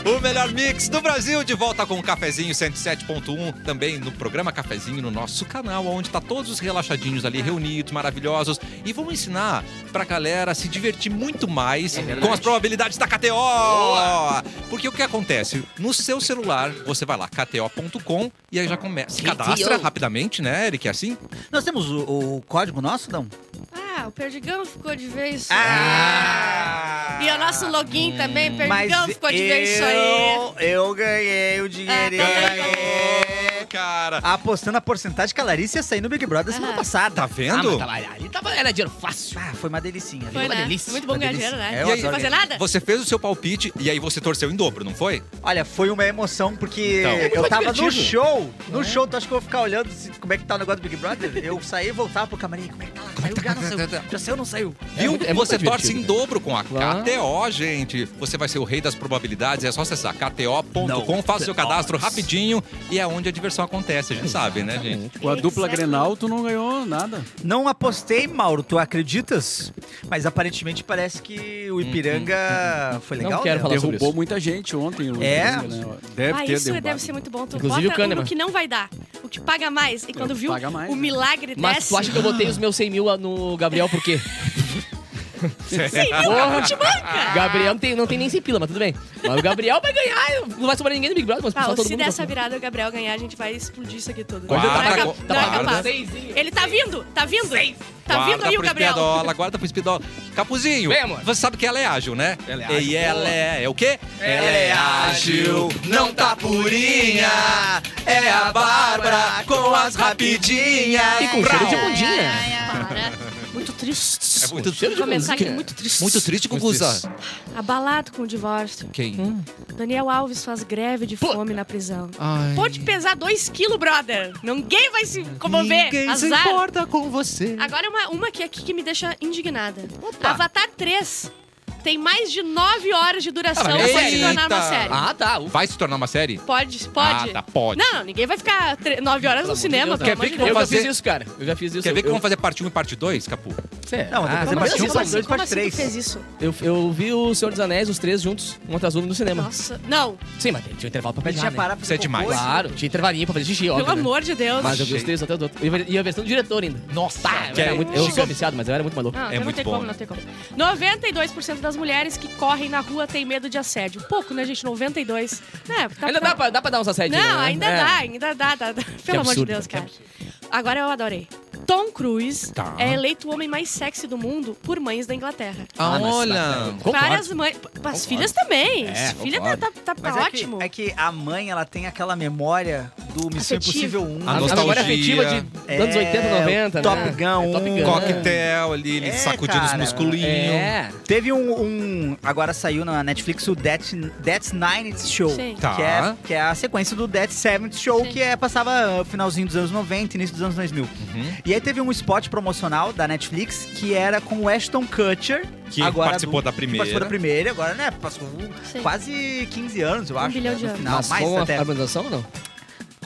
A: O melhor mix do Brasil, de volta com o Cafezinho 107.1, também no programa Cafezinho, no nosso canal, onde tá todos os relaxadinhos ali reunidos, maravilhosos. E vamos ensinar pra galera se divertir muito mais com as probabilidades da KTO! Porque o que acontece? No seu celular, você vai lá, kto.com, e aí já começa. Se cadastra
B: KTO.
A: rapidamente, né, Eric? É assim?
E: Nós temos o, o código nosso, não?
D: Ah, o Perdigão ficou de vez.
E: Ah!
D: E o nosso login também, o Perdigão
E: Mas
D: ficou de vez isso aí.
E: eu, eu ganhei o dinheirinho.
D: Ah, então
A: Ganhou, cara!
E: Apostando a porcentagem que a Larissa ia sair no Big Brother semana
D: Ah.
E: passada.
A: Tá
B: Ah,
A: vendo?
B: mas tava, ali tava, era dinheiro fácil.
E: Ah, foi uma delicinha. viu?
D: Foi,
B: Uma
D: né?
B: delícia,
D: Muito bom
E: uma
D: ganhar
E: delícia.
D: dinheiro, né?
E: É, eu
D: Não
E: adoro
D: fazer
E: ganhar.
D: nada?
A: Você fez o seu palpite e aí você torceu em dobro, não foi?
E: Olha, foi uma emoção porque
A: Então. É
B: muito
E: eu tava no
B: divertido.
E: show. No show, tu acha que eu vou ficar olhando se- como é que tá o negócio do Big Brother? Eu saí e voltava pro camarim. Como é que tá lá? Saiu, já não saiu. Já saiu ou não saiu?
A: Viu?
B: muito- é muito
A: você torce
B: divertido,
A: em
B: né?
A: dobro com a
B: Claro.
A: KTO, gente. Você vai ser o rei das probabilidades. É só acessar kto.com,
E: Não,
A: faça seu
E: the
A: cadastro
E: odds.
A: rapidinho e é onde a diversão acontece. A gente sabe, né, gente?
C: Com a dupla
D: Exato.
C: Grenal, tu não ganhou nada.
E: Não apostei, Mauro, tu acreditas? Mas aparentemente parece que o Ipiranga foi
B: Uhum, Não
E: legal.
B: quero
E: né?
B: falar sobre
C: Derrubou
B: isso.
C: muita gente ontem. o
E: É?
C: Ipiranga, né? Deve
D: Ah,
C: ter
D: isso
C: derrubado.
D: deve ser muito bom. Tu
B: Inclusive o
D: bota
B: Kahneman.
D: o que não vai dar, o que paga mais. E quando
C: que
D: viu
C: paga mais,
D: o
C: né?
D: milagre
B: Mas
D: desce...
B: tu acha que eu botei os meus 100 mil no Gabriel por quê?
D: Não te
E: Ah.
D: banca!
B: Gabriel não tem, não tem nem 100 pila, mas tudo bem. Mas o Gabriel vai ganhar, não vai sobrar ninguém no Big Brother, mas o
D: Tá,
B: pessoal
D: ou
B: todo
D: se
B: mundo... então
D: der essa virada e o Gabriel ganhar, a gente vai explodir isso aqui tudo.
A: Guarda,
D: Não é cap-
B: Tá
A: guarda.
D: não é
A: Guarda.
D: capaz. Ele tá vindo, tá vindo. Tá vindo
A: guarda
D: aí o
A: pro
D: Gabriel.
A: Espiadola, guarda pro Espiadola. Capuzinho,
B: Vem, amor.
A: você sabe que ela é ágil, né?
B: Ela é ágil.
A: E ela é, é o quê? Ela é ágil, não tá purinha. É a Bárbara com as rapidinhas.
B: E com
D: É,
B: cheiro de bundinha.
D: Tá, né? Muito triste.
A: É muito
B: cheiro de
D: Começar aqui
B: música.
D: é muito triste.
A: Muito triste, Cucuza.
D: Abalado com o divórcio.
A: Quem?
D: Daniel Alves faz greve de
B: Puta.
D: fome na prisão. Pode pesar 2 quilos, brother. Ninguém vai se comover.
A: Ninguém se
D: Azar.
A: importa com você.
D: Agora uma, uma que aqui que me deixa indignada.
E: Opa.
D: Avatar 3 tem mais de 9 horas de duração
A: Ah,
D: pra
A: mas
D: se
A: eita.
D: tornar uma série.
B: Ah, tá. ufa.
A: Vai se tornar uma série?
D: Pode, pode.
A: Ah, tá, pode.
D: Não, não, ninguém vai ficar 9 horas
B: Pelo amor
D: no
B: de
D: cinema,
B: Deus,
D: pelo
B: quer
D: amor
B: ver
D: de
B: que
D: Deus.
B: eu já
A: fazer-
B: fiz isso, cara. Eu já fiz isso.
A: Quer ver que
B: eu...
A: vamos fazer um parte 1 e parte 2, Capu?
B: Será?
E: Não, tem que fazer
B: mas
D: Como
E: parte
D: assim?
E: um,
B: eu-
D: Como
E: parte
D: assim?
E: dois,
D: Como
E: parte
D: assim
E: três.
D: tu fez isso?
B: eu, eu vi o Senhor dos Anéis, os três juntos, um atrás do outro no cinema.
D: Nossa. Não,
B: Sim, mas tinha um intervalo pra
E: Mas
B: pegar,
E: tinha
B: né?
E: parado pra
A: Isso é
E: fazer
A: demais.
E: cocô, assim?
B: Claro, tinha intervalinho pra fazer xixi, óbvio.
D: pelo
B: né?
D: amor de Deus.
B: Mas eu vi os três até do outro. E a versão do diretor ainda.
A: Nossa,
B: Tá, eu, era muito- eu sou viciado, mas eu era muito maluco.
D: Não,
A: É
D: não
A: muito
D: tem
A: bom,
D: como,
A: né?
D: não tem como. 92% das mulheres que correm na rua têm medo de assédio. Pouco, né, gente? 92. É, tá
B: ainda
D: pra-
B: dá pra, dá pra dar uns assédios.
D: Não,
B: né?
D: ainda
B: É.
D: dá, ainda dá, dá, dá. Pelo amor de
B: absurdo,
D: Deus,
B: que
D: cara. Agora eu adorei. Tom Cruise
A: Tá.
D: é eleito o homem mais sexy do mundo por mães da Inglaterra.
A: Ah,
B: mas-
A: olha.
B: Concordo.
D: Várias mães. As filhas também.
B: É,
D: As filhas tá,
B: concordo.
D: tá, tá- tá
E: Mas é que-
D: ótimo.
E: é que, a mãe, ela tem aquela memória do Missão
D: Afetiva.
E: Impossível 1.
A: A
B: A
A: nostalgia.
B: memória afetiva de anos
E: É,
B: 80, 90,
E: Top
B: né?
E: Gun,
B: É, Top
E: um
B: Gun.
A: Coquetel ali, ele
E: É,
A: sacudindo os
E: cara.
A: musculinhos.
B: É.
E: Teve um, um- Agora saiu na Netflix o That, That's Nine Show.
D: Sim.
A: Tá.
E: Que, é, que é a sequência do That Seventh Show,
D: Sim.
E: que é, passava no finalzinho dos anos 90, início dos anos 2000.
A: Uhum.
E: E aí teve um spot promocional da Netflix que era com o Ashton Kutcher.
A: Que
E: agora
A: participou
E: adulto,
A: da
E: que
A: primeira.
E: participou da primeira, agora, né? Passou
D: Sim.
E: quase 15 anos, eu
D: Um
E: acho.
D: bilhão
E: né,
D: de
E: no
D: anos.
E: Final,
B: Mas
E: mais
B: com a
E: até.
B: harmonização ou não?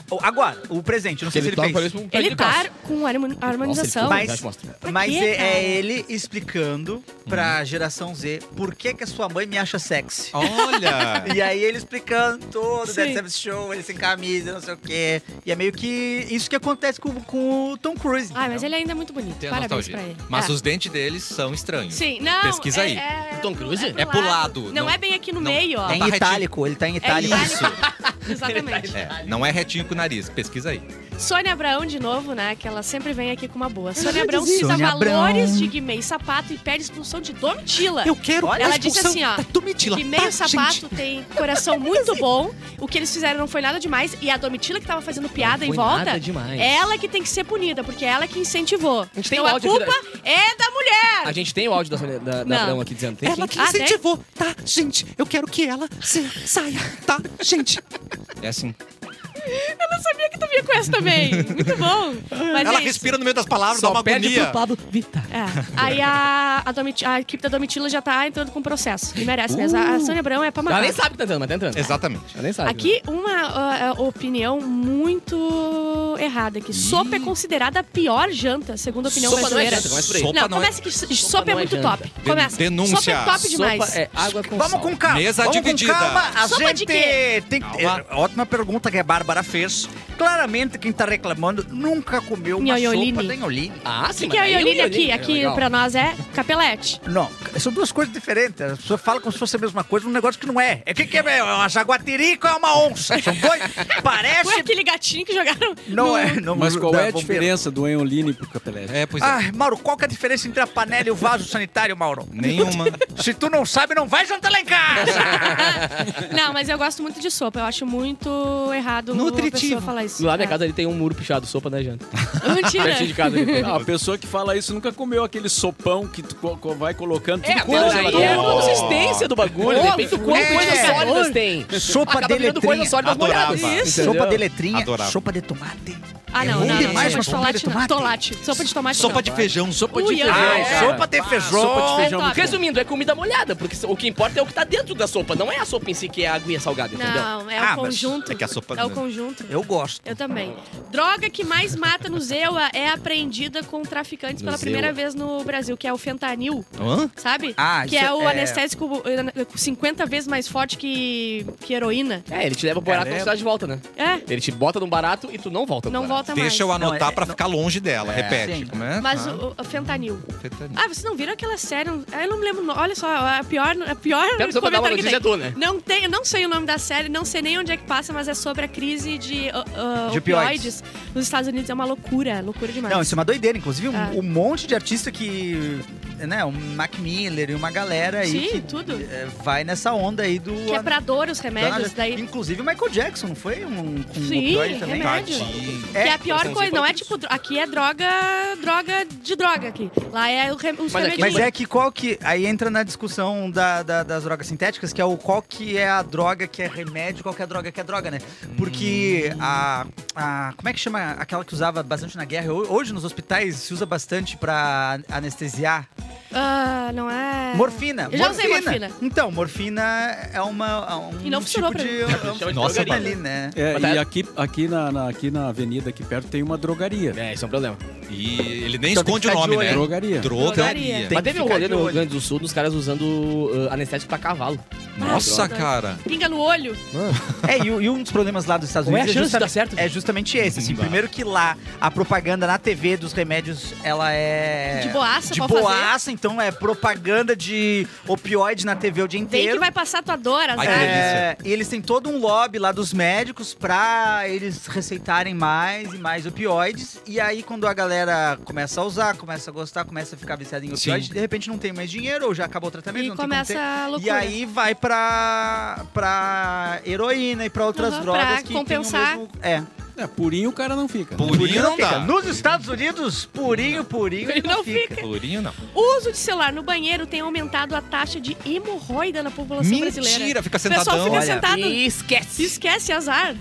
E: O- Agora, o presente, não sei se ele
B: toca
E: fez.
B: pra isso, um pé
D: Ele
B: de
D: tá
B: calça.
D: com harmoni- harmonização.
E: Mas-
B: Nossa, ele ficou-
D: Pra
E: Mas
D: quê,
E: é, é
D: cara?
E: ele explicando pra geração Z por que, que a sua mãe me acha sexy.
A: Olha!
E: E aí ele explicando todo, o
D: Sim.
E: Dead Service Show, ele sem camisa, não sei o quê. E é meio que isso que acontece com, com o Tom Cruise.
D: Ah, mas ele ainda é muito bonito.
A: Tem a
D: Parabéns
A: nostalgia.
D: pra ele.
A: Mas
D: É.
A: os dentes deles são estranhos.
D: Sim, não.
A: Pesquisa
D: é-
A: aí.
D: É,
B: Tom Cruise?
D: é pro
A: É pro lado,
D: Não,
A: não-
D: é bem aqui no
A: não-
D: meio, ó.
E: É em
A: tá retinho.
E: itálico, ele tá em itálico.
D: itálico.
A: Isso.
D: É Exatamente.
A: É, não é retinho com o nariz. Pesquisa aí.
D: Sônia Abraão, de novo, né? Que ela sempre vem aqui com uma boa.
E: já
D: Sônia Abraão
E: dizia.
D: cita
E: Sônia Abrão.
D: valores de Guimê e sapato e pede expulsão de Domitila.
A: quero
E: Olha,
A: a
D: ela disse
A: expulsão
D: assim, ó,
A: da Domitila,
D: Que meio
A: tá,
D: sapato tem coração muito
F: Assim.
D: bom. O que eles fizeram não foi nada demais. E a Domitila que tava fazendo piada em
B: Foi
D: volta,
B: nada demais.
D: ela que tem que ser punida, porque é ela que incentivou.
B: A gente tem
D: então
B: o
D: a
B: áudio
D: culpa
B: aqui
D: é da mulher.
B: A gente tem o áudio da, Sônia- da, da
D: Não.
B: Abrão aqui dizendo. Tem
F: Ela
B: sim.
F: que
D: Ah, tem?
F: incentivou, tá, gente? Eu quero que ela se saia, tá, gente?
A: gente. É assim.
D: Eu não sabia que tu vinha com essa também. Muito bom. Mas
A: Ela
D: é isso.
A: respira no meio das palavras, dá
B: Só
A: uma
B: perde
A: agonia.
B: pro Pablo Vittar.
D: É. Aí a, a, Domiti- a equipe da Domitila já tá entrando com processo. E merece mesmo. A a Sônia Abrão é pra matar.
B: Uh! Ela nem sabe que tá entrando, mas tá entrando.
A: Exatamente.
B: Ela nem sabe.
D: Aqui, uma ó, ó, opinião muito errada aqui. Sopa é considerada a pior janta, segundo a opinião
B: Sopa não é
D: brasileira.
B: janta, começa por aí.
A: Sopa
D: não,
A: não é-
D: começa que sopa, é
B: não é
D: muito
B: janta.
D: top. Começa.
A: denúncia.
D: Sopa é top
B: Sopa
D: demais.
B: é água com
E: Vamos
B: sal.
E: com calma.
A: Mesa
E: Vamos
A: dividida.
E: Com calma. A
D: Sopa de
E: gente
D: quê?
E: tem que-
A: Calma.
E: é, Ótima pergunta que a Bárbara fez. Claramente quem tá reclamando nunca comeu uma
D: Nhoioline.
E: sopa de nhoioline.
B: Ah,
D: O que,
B: sim,
D: que é
B: mas
D: a
B: aí o
D: Ioline aqui?
B: Ioline,
D: Aqui
B: legal.
D: pra nós é capelete.
E: Não, são duas coisas diferentes. A pessoa fala como se fosse a mesma coisa, um negócio que não é. É o que, que é? É Uma jaguatirica ou é uma onça? São dois.
D: Ué,
E: Parece.
D: aquele gatinho que jogaram.
E: Não
D: no-
E: é. Não,
C: Mas qual
E: da
C: é a
E: bombeira.
C: diferença do Enholine pro Capelete?
A: É, pois é.
E: Ai, Mauro, qual que é a diferença entre a panela e o vaso sanitário, Mauro?
A: Nenhuma.
E: Se tu não sabe, não vai jantar lá em casa!
D: Não, mas eu gosto muito de sopa. Eu acho muito errado a pessoa
A: Nutritivo.
D: falar isso.
B: Do lado da
D: É.
B: minha casa ele tem um muro pichado, sopa da janta.
D: Mentira.
B: Pertinho de casa. ele tem.
C: Ah, A pessoa que fala isso nunca comeu aquele sopão que tu co- co- vai colocando tudo
B: É,
C: coisa
B: mas aí é a
C: lá dentro.
B: consistência do bagulho. De repente, quanto
E: É.
B: coisas sólidas tem.
E: Sopa
B: Acaba
E: de
B: virando coisas
E: letrinha.
B: sólidas
A: Adorava.
B: molhadas.
D: Isso.
E: Sopa
B: entendeu?
E: de letrinha,
A: Adorava.
E: sopa de tomate.
D: Ah, não,
E: É
D: não,
E: bom
D: não.
E: demais,
D: sopa
E: mas
D: de
E: sopa de
D: tomate, não.
E: tomate.
D: Tomate. Sopa de tomate.
A: Sopa
D: não.
A: de feijão.
C: Sopa
D: Ui,
C: de feijão,
B: ai,
C: cara.
E: Ah, é. sopa de feijão.
C: Sopa de
D: Ah, É top.
B: Ah, Resumindo, é comida molhada, porque o que importa é o que tá dentro da sopa, não é a sopa em si que é a aguinha salgada, entendeu?
D: Não, é
E: Ah,
D: o
E: mas
D: conjunto.
A: é que a sopa-
D: É o conjunto.
E: Eu gosto.
D: Eu também. Droga que mais mata no Zewa é apreendida com traficantes pela
B: No
D: primeira
B: Zewa.
D: vez no Brasil, que é o fentanil,
A: Hã?
D: sabe?
E: Ah,
D: que
E: isso
D: é o
E: é-
D: anestésico eh, 50 vezes mais forte que, que heroína.
B: É, ele te leva pro barato e
E: Ela é-
B: não cidade de volta, né?
D: É,
B: Ele te bota num barato e tu não volta pro
D: não
B: barato.
D: volta Tá mais.
A: Deixa eu
E: Não,
A: anotar
E: é-
A: pra
E: não-
A: ficar longe dela.
B: É.
A: Repete.
E: Sim.
A: Como é?
D: Mas
A: Ah,
D: o, o fentanil.
A: fentanil.
D: Ah, vocês não viram aquela série? Ah, Eu não me lembro. o nome. Olha só, a pior, a pior
B: Quero só contar uma
D: comentário que
B: notícia é
D: tem.
B: tu, né?
D: Não tem, eu não sei o nome da série, não sei nem onde é que passa, mas é sobre a crise de, ah, ah,
E: De opioides.
D: opioides nos Estados Unidos. É uma loucura, loucura demais.
E: Não, isso é uma doideira. Inclusive, um,
D: Ah.
E: um monte de artista que. Né, um Mac Miller e uma galera aí
D: Sim,
E: que
D: tudo.
E: é, vai nessa onda aí do.
D: Que é pra dor os remédios,
E: Nada.
D: daí
E: Inclusive o Michael Jackson, não foi? Um, com
D: Sim,
E: opioide também.
D: remédio.
A: Tadinho.
D: Que é
E: É,
D: a pior coisa, não é tipo. dro- Aqui é droga, droga de droga aqui. Lá é o re, os
B: Mas aqui-
D: remedinhos.
E: mas é que qual que. Aí entra na discussão da- da- das drogas sintéticas, que é o qual que é a droga que é remédio, qual que é a droga que é droga, né? Porque a, a- Como é que chama aquela que usava bastante na guerra? Ho- Hoje nos hospitais se usa bastante pra anestesiar.
D: Ah, não é.
E: Morfina.
D: Eu já usei morfina.
E: Então, morfina é uma é um
D: E não funcionou
E: tipo
D: pra
E: de, é um
B: Chama de
E: Nossa,
B: drogaria.
E: ali, né?
C: É,
B: Mas
C: e
B: tá-
C: aqui, aqui, na, na- aqui na avenida aqui perto tem uma drogaria.
B: É, isso é um problema.
A: E ele nem
E: Então tem
A: esconde
E: que
A: o
E: ficar
A: nome,
E: de
A: né?
E: olho.
C: Drogaria.
A: Drogaria.
D: Drogaria.
E: Tem
B: Mas
E: que
B: teve um
E: ficar
B: rolê
E: de
B: no Rio
E: olho.
B: Grande do Sul dos caras usando uh, anestésico pra cavalo.
A: Nossa, cara.
D: Pinga no olho.
E: É, e, o- e um dos problemas lá dos Estados
B: Qual é
E: Unidos
B: a chance de
E: justa-
B: dar certo?
E: é justamente esse. Assim,
A: Não dá.
E: primeiro que lá a propaganda na TV dos remédios, ela é.
D: De boaça,
E: De
D: pode fazer.
E: boaça, então é propaganda de opioide na TV o dia
D: Tem que
E: inteiro.
D: vai passar tua dor, azar.
A: Ai, que delícia.
E: É, e eles têm todo um lobby lá dos médicos pra eles receitarem mais e mais opioides. E aí, quando a galera começa a usar, começa a gostar, começa a ficar viciada em opioides, de repente não tem mais dinheiro ou já acabou o tratamento.
D: E
E: não tem como ter.
D: começa a loucura.
E: E aí vai pra, pra heroína e pra outras
D: Aham,
E: drogas
D: pra
E: que
D: compensar.
E: tem o mesmo... É.
C: É, purinho o cara não fica. né?
A: Purinho não
E: fica.
A: dá.
E: Nos Estados Unidos, purinho, purinho, ele não fica.
A: Purinho não.
D: O uso de celular no banheiro tem aumentado a taxa de hemorroida na população brasileira.
A: Mentira, fica
D: O pessoal
A: sentadão.
D: fica assim,
E: Olha,
D: sentado.
B: E esquece.
D: Esquece, azar.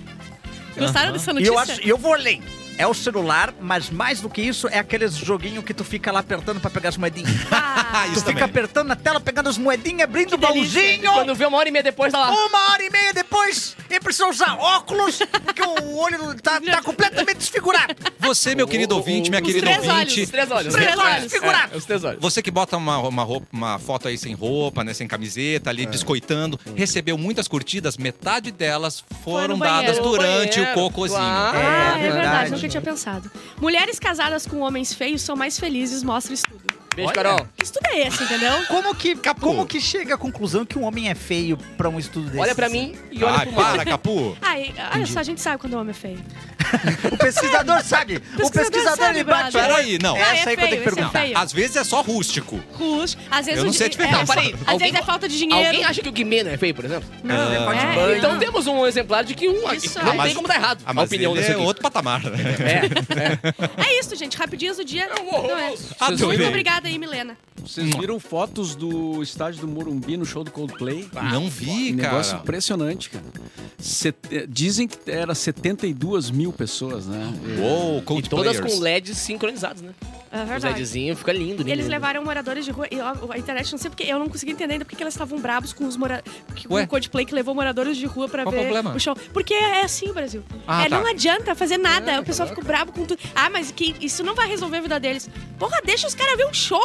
D: Gostaram
A: Aham.
D: dessa
E: E
D: notícia?
E: eu, acho, e eu vou além. É o celular, mas mais do que isso, é aqueles joguinho que tu fica lá apertando pra pegar as moedinhas.
D: Ah,
E: tu
A: Isso
E: fica
A: também.
E: apertando na tela, pegando as moedinhas, abrindo o
D: delícia.
E: baúzinho.
B: Quando vê uma hora e meia depois, tá lá.
E: Uma hora e meia depois, ele precisa usar óculos, porque o olho tá, tá completamente desfigurado.
A: Você, meu querido ouvinte, minha
D: os
A: querida
D: três
A: ouvinte.
D: olhos.
B: Os três olhos.
D: Os três
B: É,
D: olhos.
E: Figurado.
B: é, os três olhos.
A: Você que bota uma, uma, roupa- uma foto aí sem roupa, né? Sem camiseta,
B: É.
A: ali biscoitando,
B: Uhum.
A: recebeu muitas curtidas, metade delas foram
D: no
A: dadas
D: banheiro.
A: durante
B: Banheiro,
A: o cocôzinho.
B: claro.
D: Ah, é,
E: É
D: verdade.
E: verdade.
D: nunca tinha pensado. Mulheres casadas com homens feios são mais felizes, mostra estudo.
B: Beijo,
E: Olha.
B: Carol.
D: Que estudo é esse, entendeu?
E: Como que,
A: Capu.
E: como que chega à conclusão que um homem é feio pra um estudo desse?
B: Olha pra mim e olha
A: Ai,
B: pro mar.
A: para, Capu.
D: Ah, Ai, olha só, a gente sabe quando o homem é feio.
E: O pesquisador sabe. o pesquisador
D: sabe,
E: ele bate.
D: brother.
A: Peraí, não.
E: Essa
D: Ah, é
E: aí que eu tenho
D: feio,
E: que
D: esse
E: perguntar.
D: É feio.
A: Às vezes é só rústico.
D: Rush, às vezes
A: Eu não
D: o
A: sei a
D: di- é,
A: diferença.
B: Não, peraí.
D: Às
B: Alguém-
D: vezes é falta de dinheiro.
B: Alguém acha que o Guimê não é feio, por exemplo?
E: Cara, você faz
D: é,
E: banho.
B: Então
D: não.
B: temos um exemplar de que um
D: Isso é.
B: não
D: aí.
B: tem como dar errado.
A: Ah,
B: a
A: mas
B: opinião
A: ele
B: desse
A: é
B: aqui.
A: outro patamar. né?
B: É, é.
D: É isso, gente. Rapidinhas do dia.
B: É um horror.
D: Não é.
A: Adorei.
B: Vocês
A: Ah,
D: Muito
A: Bem.
B: viram?
D: obrigada aí, Milena.
C: Vocês viram fotos do estádio do Morumbi no show do Coldplay?
A: Não vi,
C: Um
A: cara.
C: negócio impressionante, cara. Set- eh, Dizem que era 72 mil pessoas, né?
A: Uou, cold
B: E todas
A: players.
B: com LEDs sincronizados, né?
D: É
B: Os
D: verdade.
B: LEDzinhos fica lindo, lindo.
D: Eles
B: lindo.
D: levaram moradores de rua. E ó, a internet, não sei porque, eu não consegui entender ainda porque que elas estavam brabos com os moradores. Com
A: Ué?
D: o Coldplay que levou moradores de rua pra
A: Qual o
D: ver
A: problema?
D: o show. Porque é assim, Brasil.
A: Ah,
D: é,
A: tá. É,
D: Não adianta fazer nada. o pessoal fica brabo com tudo. Ah, mas que isso não vai resolver a vida deles. Porra, deixa os caras ver um show.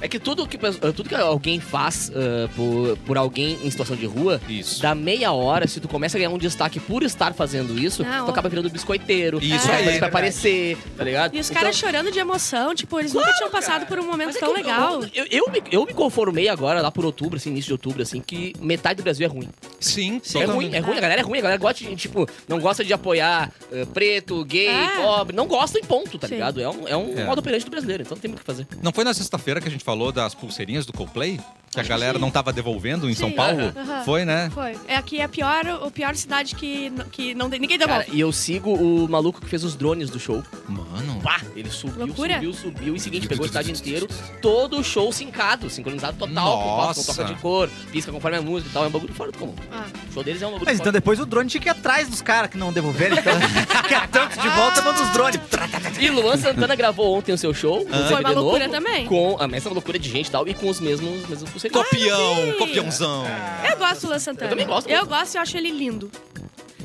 B: É que tudo que, pes- tudo que alguém faz ah, por, por alguém em situação de rua,
A: Isso.
B: da meia hora, se tu começa a ganhar um destaque por estar fazendo isso,
D: Ah,
B: tu
D: ó.
B: acaba virando biscoiteiro.
A: Isso
B: tu
A: aí,
B: começa
A: é
B: pra aparecer, tá ligado?
D: E os
A: Então
D: caras chorando de emoção. Tipo, eles nunca tinham passado por um momento
B: Mas é
D: tão
B: que eu-
D: legal.
B: Eu, eu, me, eu me conformei agora, lá por outubro, assim, início de outubro, assim, que metade do Brasil é ruim.
A: Sim,
B: É
A: totalmente.
B: ruim, é ruim, a galera é ruim, a galera gosta de, tipo, não gosta de apoiar eh, preto, gay,
D: É.
B: pobre, não gosta em ponto, tá
D: Sim. Tá
B: ligado? É um, é um
A: É.
B: modo operante do brasileiro, então não tem muito o que fazer.
A: Não foi na sexta-feira que a gente falou das pulseirinhas do Coldplay? Que a
D: Acho
A: galera
D: que sim.
A: não tava devolvendo em São
D: Sim,
A: Paulo?
D: aham.
A: Foi, né?
D: Foi. É aqui é a pior, a pior cidade que, que não, ninguém
B: Cara,
D: devolve.
B: e eu sigo o maluco que fez os drones do show.
A: Mano.
B: Pá, ele subiu,
D: Loucura.
B: subiu, subiu. E seguinte, pegou o estádio inteiro, todo o show sincado, sincronizado total, com
A: Nossa.
B: foto, com toca de cor, pisca conforme a música e tal. É um bagulho fora do comum.
D: Ah.
B: O show deles é um bagulho
E: Mas então
B: fora
E: depois o drone tinha que ir atrás dos caras que não devolveram. Então, quer tanto de volta, manda os drones.
B: E Luan Santana gravou ontem o seu show. no
D: Foi
B: DVD
D: uma loucura
B: novo,
D: também.
B: Com a mesma loucura de gente e tal, e com os mesmos, mesmos pulseirinhos.
A: Copião,
B: Ah,
D: vi.
A: copiãozão.
D: Eu gosto do Luan Santana.
B: Eu também gosto.
D: Eu gosto e eu acho ele lindo.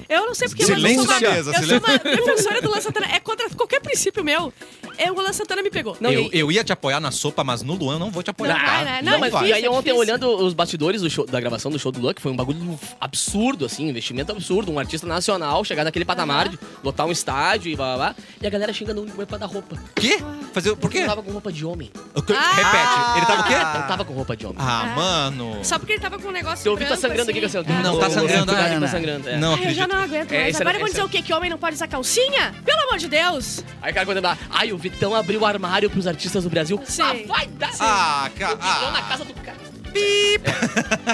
D: Eu não sei porque mas
A: Silêncio
D: eu sou uma,
A: na mesa,
D: eu sou
A: silêncio.
D: uma defensora do Luan Santana. É contra qualquer princípio meu. É, o Luan Santana me pegou.
B: Não,
A: eu,
B: e-
A: eu ia te apoiar na sopa, mas no Luan eu não vou te apoiar.
D: Não
A: tá?
D: vai, né?
B: Não, mas
D: difícil,
B: e aí
D: é
B: ontem
D: difícil.
B: olhando os bastidores do show- da gravação do show do Luck, foi um bagulho absurdo, assim, investimento absurdo. Um artista nacional chegar naquele patamar de lotar um estádio e blá blá blá. E a galera xingando o Uruguai pra dar roupa.
A: Quê? Fazer, por
B: Porque
A: quê?
B: ele tava com roupa de homem.
A: O que-
D: Ah!
A: Repete, ele tava o quê?
E: Ah.
B: Ele tava com roupa de homem.
A: Ah, mano.
D: Só porque ele tava com um negócio
B: Seu ouvido tá
D: branco,
B: sangrando aqui,
D: assim.
B: Cassiano.
D: Ah,
A: Não, tá sangrando,
B: Cuidado que
E: Ana.
B: tá sangrando. é.
A: Não
D: Ai, eu
A: acredito.
D: já não aguento
B: É,
D: mais.
B: isso era-
D: Agora vão
B: isso
D: dizer
B: era-
D: o quê? Que homem não pode usar calcinha? Pelo amor de Deus!
B: Aí o cara quando lá, ai, o Vitão abriu o armário pros artistas do Brasil.
D: Sim.
B: Ah, vai dar!
A: Ah,
B: o
A: cara.
B: Vitão na
A: ah.
B: casa do cara.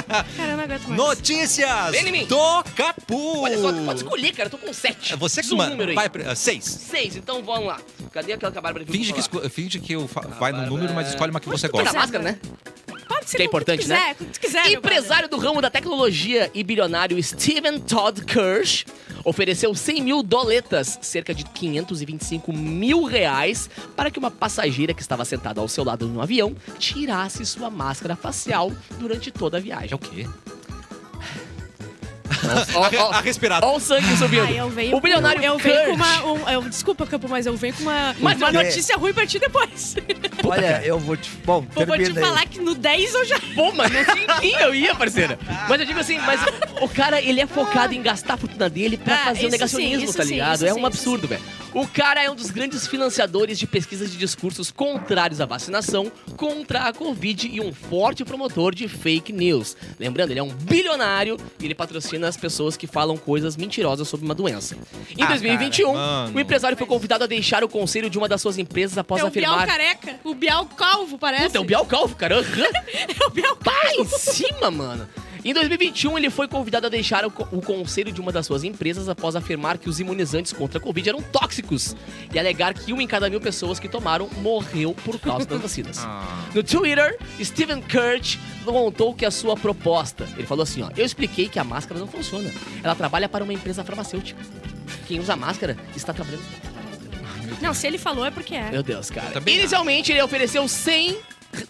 D: Cara, eu não aguento mais.
A: Notícias
B: Vem em mim.
A: do Capu.
B: Olha só, tu pode escolher, cara. Eu tô com sete.
A: É Você que
B: Diz um
A: manda.
B: número aí.
A: Vai, pra- ah, seis.
B: Seis, então vamos lá. Cadê aquela que a Bárbara
A: Finge que, esco- finge que eu fa- vai no número, mas escolhe uma que você
B: Tá na
A: gosta.
B: máscara, né?
D: Participa
B: Que é importante,
D: quando tu quiser, quando tu quiser, meu brother.
B: Empresário do ramo da tecnologia e bilionário Steven Todd Kirsch ofereceu 100 mil doletas, cerca de 525 mil reais, para que uma passageira que estava sentada ao seu lado no avião tirasse sua máscara facial durante toda a viagem.
A: É o quê?
B: Ó, ó,
A: A respirada.
B: ó o sangue subindo.
D: Ah, eu venho
B: o bilionário
D: com, eu
B: Kirsch.
D: venho com uma. um- eu- desculpa, Campo, mas eu venho com uma,
B: Mas
D: uma
E: por quê?
D: notícia ruim pra ti depois.
E: Olha, eu vou te. Bom,
D: Vou, vou te
E: termina aí.
D: falar que no 10 eu já.
B: Pô, mas não sei em quem eu ia, parceira. Mas eu digo assim, mas o cara, ele é focado em gastar a fortuna dele pra
D: Ah,
B: fazer o
D: isso sim,
B: negacionismo,
D: isso
B: tá
D: sim,
B: ligado?
D: isso
B: é
D: sim,
B: um
D: isso
B: absurdo, velho. O cara é um dos grandes financiadores de pesquisas de discursos contrários à vacinação contra a Covid e um forte promotor de fake news. Lembrando, ele é um bilionário e ele patrocina as pessoas que falam coisas mentirosas sobre uma doença. Em
E: Ah,
B: 2021,
A: cara, mano.
B: o empresário foi convidado a deixar o conselho de uma das suas empresas após
D: é o Bial
B: afirmar.
D: careca. O Bial calvo, parece.
B: Puta, é o Bial Calvo, cara. Aham.
D: É o Bial calvo.
B: Pá, em cima, mano. Em 2021, ele foi convidado a deixar o, co- o conselho de uma das suas empresas após afirmar que os imunizantes contra a Covid eram tóxicos e alegar que uma em cada mil pessoas que tomaram morreu por causa das vacinas.
A: Ah,
B: No Twitter, Steven Kirch contou que a sua proposta. Ele falou assim: ó, eu expliquei que a máscara não funciona. Ela trabalha para uma empresa farmacêutica. Quem usa máscara está trabalhando
D: Não, se ele falou é porque é.
B: meu Deus, cara.
A: Também
B: Inicialmente, ele ofereceu 100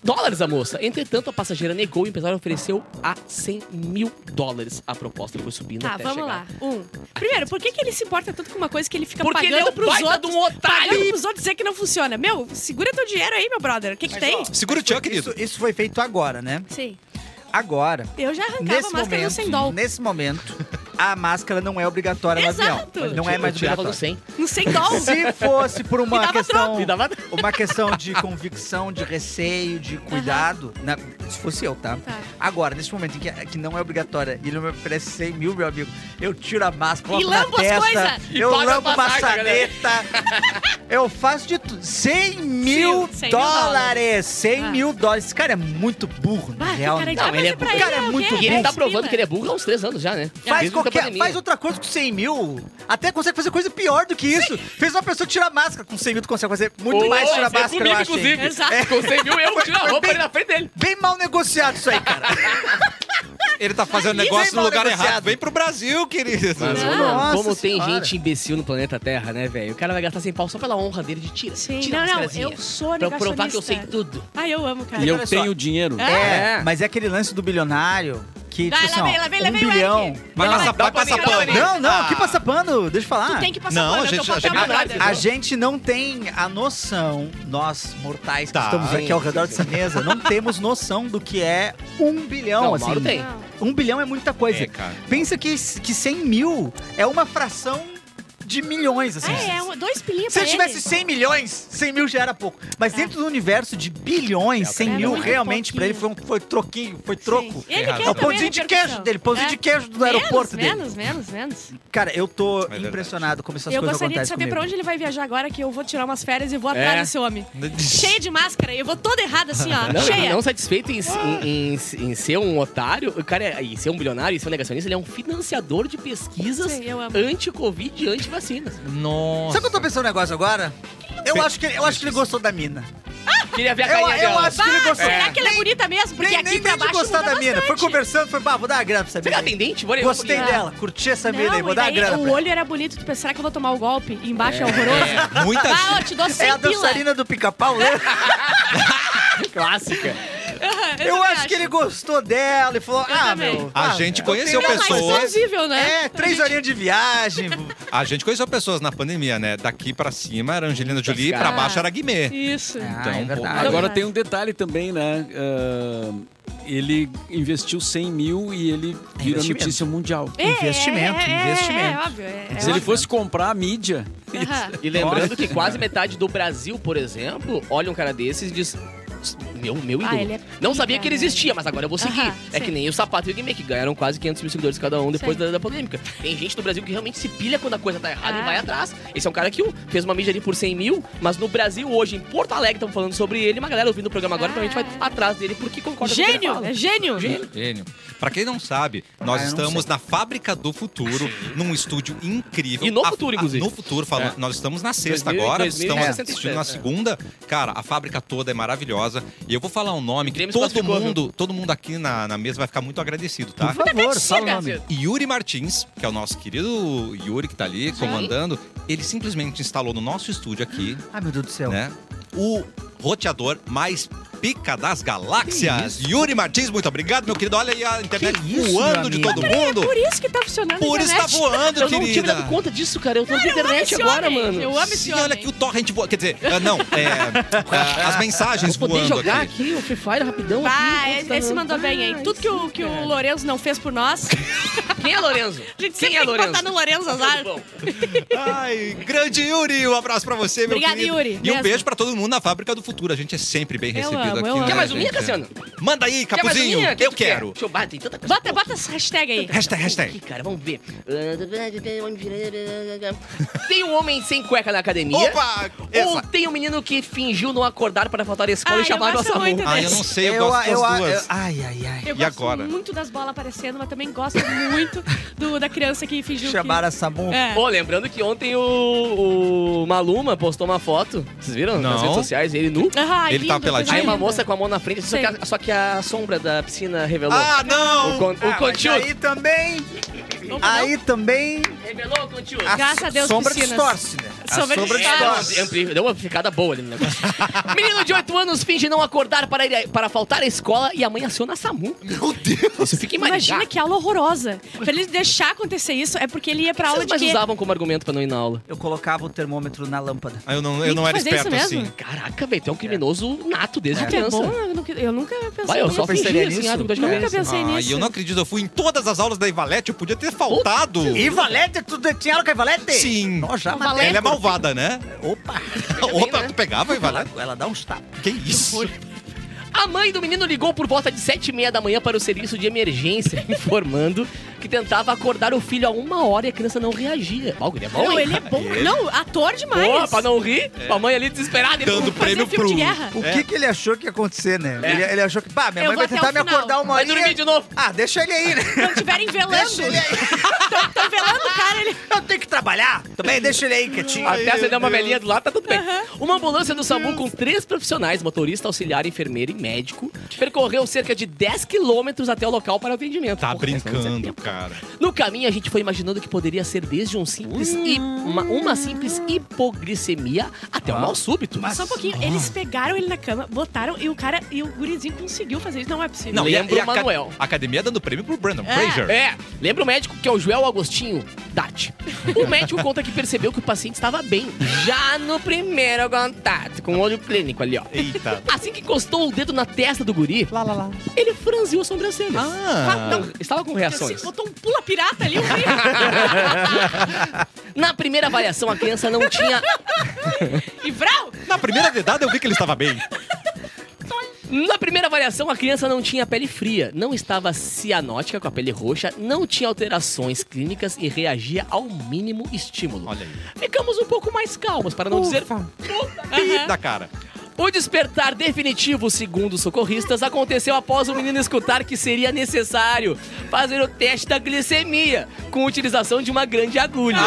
B: dólares à moça. Entretanto, a passageira negou e o empresário ofereceu a 100 mil dólares. A proposta foi subindo
D: Tá,
B: até
D: vamos
B: chegar.
D: lá. Um. Primeiro, por que, que ele se importa tanto com uma coisa que ele fica
B: Porque ele é
D: pagando
B: um
D: pros
B: baita
D: outros?
B: de um otário.
D: Pagando pros outros dizer que não funciona. Meu, segura teu dinheiro aí, meu brother. O que, que
E: Mas,
D: tem?
E: ó,
A: Segura o tchan, querido.
E: Isso, isso foi feito agora, né?
D: Sim.
E: Agora.
D: Eu já arrancava a
E: Nesse
D: máscara no
E: momento,
D: sem dol.
E: nesse momento, a máscara não é obrigatória
D: Exato.
E: no avião. Não é mais
B: Eu tirava do
E: obrigatória.
B: 100.
D: No sem dol.
E: Se fosse por
D: Me
E: uma
D: dava
E: questão,
B: Me dava...
E: uma questão de convicção, de receio, de cuidado, na- se fosse eu, tá?
D: Tá.
E: Agora, nesse momento em que, que não é obrigatória, e ele me oferece 100 mil, meu amigo, eu tiro a máscara,
D: E
E: coloco na
D: lambo as
E: testa,
D: coisas.
E: eu
B: E paga a
E: lambo uma
B: passagem,
E: saneta, eu faço de tudo. 100 mil
D: Sim, 100 mil
E: dólares! 100
D: Ah.
E: mil dólares. Esse cara é muito burro, na
D: Ah, que
E: real.
D: cara de-
E: né?
D: Ah,
B: Não, ele
D: mas
B: é
D: pra
B: burro.
E: Cara, é
D: alguém,
E: muito
B: E ele tá
D: Pila.
B: provando que ele é burro há uns 3 anos já, né?
E: Faz,
B: Desde a
E: qualquer,
B: pandemia.
E: faz outra coisa com 100 mil. Até consegue fazer coisa pior do que isso. Fez uma pessoa tirar máscara. Com 100 mil tu consegue fazer muito
B: Ô,
E: mais tirar
B: isso é
E: máscara, eu
B: comigo,
E: acho. hein?
B: inclusive.
D: Exato.
B: Com 100 mil, eu tiro a
E: Foi
B: roupa
E: bem-
B: ali na frente dele.
E: Bem mal negociado isso aí, cara.
A: ele tá fazendo
E: Isso
A: negócio
E: é
A: no
E: mal
A: lugar
E: negociado.
A: errado. Vem pro Brasil, querido.
B: Mas,
D: Não.
B: ô, mano, como
E: Nossa
B: tem
E: senhora.
B: gente imbecil no planeta Terra, né, velho? O cara vai gastar 100 pau só pela honra dele de tira.
D: Sim,
B: tira a
D: não, não,
B: mascarazinha.
D: eu sou
B: Pra eu provar que eu sei
D: negacionista.
B: tudo.
D: Ai, eu amo, cara.
C: E eu
E: olha só.
C: tenho dinheiro.
E: É, mas é aquele lance do bilionário que,
D: Vai,
E: tipo assim,
D: lá
E: ó,
D: vem, lá vem, lá
E: um
D: vem o
E: bilhão.
D: Eric.
A: Vai
B: Não,
A: passar,
B: dá
A: vai
B: pra mim,
A: passar
B: dá pra
A: pano.
B: mim.
E: Não, não,
A: Ah.
E: que passa pano, deixa eu falar.
D: Tu tem que passar
A: Não,
D: pano,
A: a
D: é teu
A: gente- a
D: papel,
A: gente-
D: meu brother.
E: A gente não tem a noção, nós mortais que
A: Tá.
E: estamos aqui
B: Sim,
E: ao redor
B: sim,
E: dessa mesa, não temos noção do que é um bilhão,
B: Não,
E: assim.
B: Mauro tem.
D: Não.
E: Um bilhão é muita coisa.
A: É, cara.
E: Pensa que, que 100 mil é uma fração de milhões, assim.
D: Ah, é, um- dois pilinhas
E: Se
D: pra
E: eu tivesse
D: ele.
E: 100 milhões, 100 mil já era pouco. Mas
D: É.
E: dentro do universo de bilhões, 100
D: É
E: mil
D: muito
E: realmente pra ele foi,
D: pouquinho.
E: um, foi troquinho, foi troco.
D: Ele
A: Errado.
D: quer
E: É o
D: também
E: pãozinho de
D: repercussão.
E: queijo dele, pãozinho
D: É.
E: de queijo do aeroporto
D: menos,
E: dele.
D: Menos, menos, menos.
E: Cara, eu
A: É
E: tô
A: verdade.
E: impressionado como essas
D: eu
E: coisas
D: gostaria de
E: acontecem
D: saber pra
E: comigo.
D: onde ele vai viajar agora, que eu vou tirar umas férias e vou
B: É.
D: atrás desse homem. Cheia de máscara, eu vou toda errada assim, ó.
B: Não, ele
D: cheia.
B: não satisfeito em, em- em- em ser um otário, o cara é, e ser um bilionário e ser um negacionista, ele é um financiador de pesquisas
D: Sim, eu amo.
B: anti-Covid e anti-vacinas.
A: Nossa.
E: Sabe o que eu tô pensando um negócio agora? Eu acho que, ele- eu acho que ele gostou da mina.
B: Queria ver a
E: Eu,
B: carinha
E: eu
B: dela.
E: acho que ele
D: Bah,
E: gostou.
D: será que ela é bonita mesmo? Porque
E: Nem,
D: aqui
E: nem,
D: pra
E: nem de
D: baixo
E: gostar
D: muda
E: da mina. Foi
D: bastante.
E: conversando, foi, bah, vou dar uma grana pra essa
B: Será
E: mina.
B: que é atendente? Vou olhar um
E: Gostei
B: pouquinho.
E: dela, curti essa mina aí,
D: Não,
E: vou
D: e
E: dar a
D: daí
E: grana.
D: o
E: pra
D: olho era bonito, tu pensa, será que eu vou tomar o golpe? E embaixo é, horroroso.
A: É, muita
D: Ah,
A: gente.
D: eu te dou
E: ela. É a
D: 100 pila.
E: dançarina do pica-pau, né?
B: Clássica.
D: Aham,
E: Eu
D: também
E: acho que ele gostou dela e falou: Ah,
D: também.
E: meu.
A: A
E: ah,
A: gente
E: eu
A: conheceu
E: tenho-
D: Não, mas
A: pessoas-
D: É plausível, né?
E: É, três horinhas de viagem.
A: A gente conheceu pessoas na pandemia, né? Daqui pra cima era Angelina
B: Puta,
A: Jolie,
B: cara.
A: pra baixo era Guimê.
D: Isso.
E: Ah,
A: Então,
E: verdade.
D: Então,
C: Agora
D: verdade.
C: tem um detalhe também, né? Ah, ele investiu 100 mil e ele virou
E: investimento.
C: notícia mundial.
D: É,
E: investimento,
D: é, é, é,
E: investimento.
D: É, óbvio. É, é
C: Se ele
D: óbvio.
C: fosse comprar a mídia,
D: Aham.
B: E lembrando que quase metade do Brasil, por exemplo, olha um cara desses e diz. Meu, meu ídolo.
D: Ah, ele é
B: Não
D: pica,
B: sabia que ele
D: né?
B: existia, mas agora eu vou seguir.
D: Aham,
B: é
D: sim.
B: que nem o Sapato e o Guimê, que ganharam quase 500 mil seguidores cada um depois
D: Sim.
B: da, da polêmica. Tem gente do Brasil que realmente se pilha quando a coisa tá errada e
D: Ah.
B: vai atrás. Esse é um cara que uh, fez uma mídia ali por 100 mil, mas no Brasil hoje, em Porto Alegre, estamos falando sobre ele. Uma galera ouvindo o programa agora
D: Ah,
B: provavelmente vai atrás dele porque concorda com o que ele
D: Gênio,
B: fala.
D: é gênio.
B: Gênio.
A: Gênio. Pra quem não sabe, nós
E: Ah, eu não
A: estamos na Fábrica do Futuro, num estúdio incrível.
B: E no
A: A-
B: futuro,
A: a-
B: inclusive. É.
A: No futuro, falando, nós estamos na sexta
B: 2000,
A: agora,
B: 2000,
A: estamos
B: é.
A: assistindo na segunda. Cara, a fábrica toda é maravilhosa. maravilhosa. E eu vou falar um nome que
B: Grêmio se
A: todo
B: classificou,
A: mundo, todo mundo aqui na, na mesa vai ficar muito agradecido, tá?
E: Por favor, fala o nome.
B: Cacete.
A: Yuri Martins, que é o nosso querido Yuri que tá ali comandando, ele simplesmente instalou no nosso estúdio aqui,
E: Ai, meu Deus do
D: Então.
E: céu.
A: né? O roteador mais pica das galáxias. Yuri Martins, muito obrigado, meu querido. Olha aí a internet
E: Que isso,
A: voando
E: meu
A: de
E: amigo.
A: todo mundo.
D: Por isso que tá funcionando
A: Por
D: a
A: isso tá
D: internet.
A: voando,
B: Eu não tinha me
A: querida.
B: dado conta disso, cara. Eu tô na
D: Eu amo
B: internet
D: esse
B: agora,
D: homem.
B: mano.
D: Eu amo esse
A: Sim,
D: homem.
A: olha que o torrent voa. Quer dizer, ah, não, é, ah, as mensagens
B: Vou poder
A: voando
B: jogar
A: aqui.
B: aqui o Free Fire rapidão.
D: Vai,
B: aqui, enquanto tá
D: esse
B: dando-
D: mandou bem aí.
B: Vai,
D: Tudo que o, que o Lourenço não fez por nós, a
B: Quem é Lorenzo?
D: gente
B: Quem
D: sempre
B: é
D: tem que
B: Lorenzo?
D: botar no Lourenço Azar.
B: Tudo bom.
A: Ai, grande Yuri, um abraço pra você, meu
D: Obrigada,
A: querido.
D: Yuri,
A: E um
D: mesmo.
A: beijo pra todo mundo na Fábrica do Futuro. A gente é sempre bem recebido aqui.
D: amo, eu amo.
A: né,
B: Quer mais um
A: gente?
B: minha, Cassiano?
A: Manda aí,
B: Quer mais um
A: Capuzinho.
B: uma? O que
A: Eu
B: tu quer?
A: quero.
B: Deixa eu bater, tem tanta coisa.
D: Bota, bota essa hashtag aí.
A: Hashtag,
B: Aqui,
A: hashtag.
B: cara, vamos ver. Tem um homem sem cueca na academia.
A: Opa!
B: Ou
A: Essa.
B: tem um menino que fingiu não acordar para faltar à escola
D: Ai,
B: e chamar
D: eu
B: nossa
D: gosto
B: mãe.
D: muito.
A: Ah, eu não sei, eu, gosto das duas.
E: eu- ai, ai, ai.
D: Eu
A: E
D: gosto
A: agora?
D: muito das bolas aparecendo, mas também gosto muito do, da criança que fingiu
E: Chamaram a Samu.
D: que... É.
B: Pô, lembrando que ontem o, o Maluma postou uma foto, vocês viram? Nas
A: Não.
B: redes sociais, ele nu.
D: Ah,
A: Ele tava
D: lindo, coisa
A: peladinho?
B: Aí
D: linda.
B: uma moça com a mão na frente, só que a,
D: Sei.
B: só que a sombra da piscina revelou.
A: Ah,
B: o
A: não!
B: con, o conteúdo.
E: aí também,
D: Opa, não.
E: aí também,
B: Revelou o conteúdo.
A: Ah,
E: a
D: Graças a Deus,
E: sombra
D: piscinas.
E: distorce, né? A
D: Sombra
E: sombra,
D: distorce.
E: distorce.
B: É, ampli- Deu uma ficada boa ali no negócio. Menino de 8 anos finge não acordar para, ir, para faltar à escola e a mãe aciona a SAMU.
A: Meu Deus!
B: Isso fica em Maringá.
D: Imagina que aula horrorosa. Pra ele deixar acontecer isso, é porque ele ia pra aula
B: Vocês
D: de
B: mais
D: quê?
B: usavam como argumento para não ir na aula.
E: Eu colocava o termômetro na lâmpada.
A: Ah, eu não,
D: Tem
A: eu não
D: que
A: era
D: fazer isso
A: esperto
D: mesmo?
A: assim.
B: Caraca, velho, tu é um criminoso nato desde
D: Que é
B: criança.
D: bom, eu nunca- eu nunca pensei
B: Vai, eu
D: nisso.
B: só fingi
E: pensaria
B: assim,
E: nisso?
B: ah, tô com dor de
D: Nunca
B: cabeça.
D: pensei
A: Ah,
D: nisso.
A: e eu não acredito, eu fui em todas as aulas da Ivalete, eu podia ter faltado.
E: E Valete, tu tinha ela com a Valete?
A: Sim.
E: Nós
D: Um
E: já, mas...
A: Ela é malvada, né?
E: Opa!
A: Opa,
B: né?
A: tu pegava a
E: Ela,
A: Ivalete?
E: ela dá um uns tapas.
A: Que isso?
B: A mãe do menino ligou por volta de 7h30 da manhã para o serviço de emergência, informando que tentava acordar o filho a uma hora e a criança não reagia. Ó, o guri é bom,
D: Não,
B: hein?
D: ele é bom.
A: Ele-
D: Não,
B: Boa,
D: ator demais.
B: pra não rir, a mãe ali desesperada. ele-
A: É. Dando
D: Fazer
A: prêmio
D: filme
A: pro.
D: de guerra.
E: O que, que ele achou que ia acontecer, né?
A: É.
E: Ele, ele achou que, pá, minha
D: Eu
E: mãe
D: vou
E: vai
D: até
E: tentar
D: o
E: me
D: final.
E: acordar uma
B: Vai
E: horinha.
B: dormir de novo.
E: Ah, deixa ele aí, né?
D: Não estiverem velando.
E: Deixa ele aí.
D: Estão velando o cara, ele...
E: Eu tenho que trabalhar. Também deixa ele aí quietinho.
B: Até acender uma velhinha do lado, tá tudo bem. Uma ambulância do SAMU com três profissionais, motorista, auxiliar, enfermeiro e médico, percorreu cerca de 10 quilômetros até o local para o atendimento.
A: Tá
B: Porra, essa é não sei
A: brincando,
B: tempo.
A: cara.
B: No caminho, a gente foi imaginando que poderia ser desde um simples hi- uma, uma simples hipoglicemia até
A: Ah.
B: um mal súbito.
D: Só um pouquinho. Eles pegaram ele na cama, botaram e o cara... E o gurizinho conseguiu fazer isso. Não é possível.
A: Não, e a-
B: Lembra
A: e
B: o
A: a, aca-
B: Manuel.
A: a academia dando prêmio pro Brandon
D: É.
A: Fraser.
B: É, lembra o médico que é o Joel Agostinho? Dati. O médico conta que percebeu que o paciente estava bem já no primeiro contato, com o olho clínico ali, ó.
A: Eita.
B: Assim que encostou o dedo na testa do guri,
E: Lá, lá, lá.
B: ele franziu as sobrancelhas.
A: Ah.
B: Não, estava com
D: Assim,
B: reações.
D: botou um pula pirata ali. Um...
B: assim. Na primeira avaliação, a criança não tinha
D: e Vral!
A: Na primeira dedada eu vi que ele estava bem.
B: Na primeira avaliação, a criança não tinha pele fria, não estava cianótica com a pele roxa, não tinha alterações clínicas e reagia ao mínimo estímulo.
A: Olha aí.
B: Ficamos um pouco mais calmos, para não dizer.
A: Pi da cara.
B: O despertar definitivo, segundo os socorristas, aconteceu após o menino escutar que seria necessário fazer o teste da glicemia com utilização de uma grande agulha.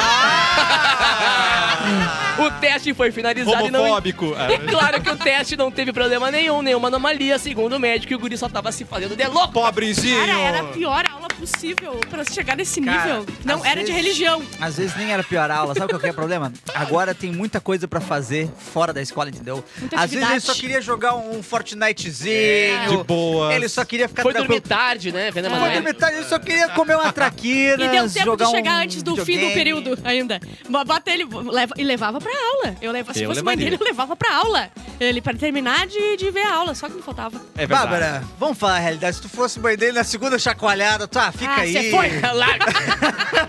B: o teste foi finalizado e não
A: Homofóbico.
B: é
A: É.
B: claro que o teste não teve problema nenhum, nenhuma anomalia, segundo o médico, e o guri só tava se fazendo de louco.
A: Pobrezinho.
D: Cara, era a pior aula possível pra chegar nesse
E: Cara,
D: nível. Não,
E: às
D: era de
E: vezes-
D: religião.
E: Às vezes nem era pior a aula, sabe qual que é o problema? Agora tem muita coisa pra fazer fora da escola, entendeu?
D: Muita
E: Às vezes
D: atividade.
E: ele só queria jogar um Fortnitezinho.
A: De boa.
E: Ele só queria ficar
B: É, Foi dormir
E: tranquilo.
B: tarde, né, vendo a
E: Foi
B: Emanuele?
E: dormir tarde, ele só queria comer uma traquina,
D: E deu tempo
E: jogar
D: de chegar
E: um
D: antes do fim do
E: videogame.
D: período ainda. Bo- Bota ele leva, e levava pra aula. Eu leva, se
A: Eu
D: fosse mãe
A: levaria.
D: dele, eu levava pra aula. Ele pra terminar de, de ver a aula, só que não faltava.
A: É verdade.
E: Bárbara, vamos falar a realidade. Se tu fosse mãe dele na segunda chacoalhada, tu, ah, fica
D: Ah,
E: aí.
D: cê
B: Foi, larga.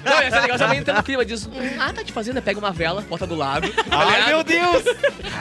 B: Não, esse negócio é também entra no clima disso. Hum, Ah, tá te fazendo, né? Pega uma vela, bota do lado.
A: Ai, meu
B: Deus!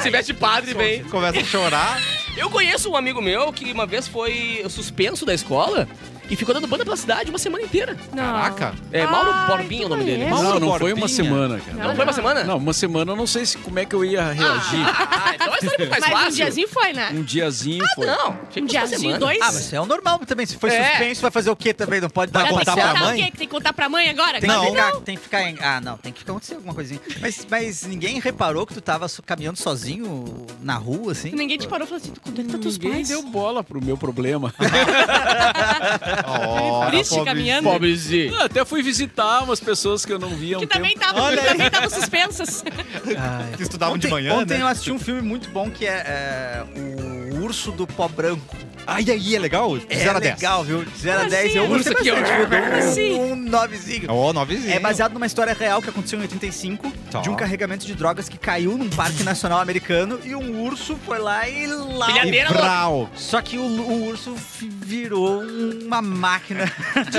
B: Se veste padre, bem.
A: Começa a chorar.
B: Eu conheço um amigo meu que uma vez foi suspenso da escola E ficou dando banda pela cidade uma semana inteira.
D: Não.
A: Caraca.
B: É, Mauro
D: Ai,
B: Borbinho é o nome
D: que
B: dele.
D: conhece.
B: Mauro-
C: Não, não
A: Mauro
C: foi
A: Borbinha.
C: uma semana, cara.
B: Não, foi uma semana?
C: Não, uma semana eu não sei se, como é que eu ia reagir.
B: Ah, então é história muito mais
D: Mas
B: fácil.
D: um diazinho foi, né?
C: Um diazinho foi.
B: Não, Tá achei
D: Um
B: que fosse uma
D: diazinho,
B: semana.
D: dois.
E: Ah, mas isso é o normal também. Se foi
B: É.
E: suspenso, vai fazer o quê também? Não pode dar
A: Vai
D: Já
A: contar
D: tem que
A: pra
E: conselho?
D: contar o
A: mãe?
D: quê? Que tem que contar pra mãe agora?
E: Tem,
A: Não.
E: Que ficar, tem que ficar em. Ah, não, tem que ficar acontecendo alguma coisinha. Mas, mas ninguém reparou que tu tava so- caminhando sozinho na rua, assim?
D: Ninguém te parou e falou assim, tu conecta teus
C: Ninguém
D: pais.
C: deu bola pro meu problema.
A: Ora,
D: Triste
A: pobrezinho.
D: caminhando.
B: Pobrezinho.
C: Eu até fui visitar umas pessoas que eu não via há um
D: Que
C: tempo.
D: também estavam
A: Olha aí.
D: também estavam suspensas.
E: Ai.
A: Que estudavam
E: Ah, é. ontem,
A: de manhã,
E: Ontem
A: né?
E: eu assisti um filme muito bom que é, é, O Urso do Pó Branco.
A: Ai, aí, é legal?
E: É
A: 0 a 10.
E: legal, viu? 0 a é
D: Como
E: 10.
D: assim?
E: Eu
D: O
E: gostei
B: urso aqui,
E: bastante.
B: ó.
E: viu? Deu um-
D: Sim.
E: Um novezinho.
A: Ó, novezinho.
E: É baseado numa história real que aconteceu em 85,
A: Tá.
E: de um carregamento de drogas que caiu num parque nacional americano e um urso foi lá e lá.
B: Pilhadeira.
A: E brau.
E: Só que o, o urso fi- virou uma máquina.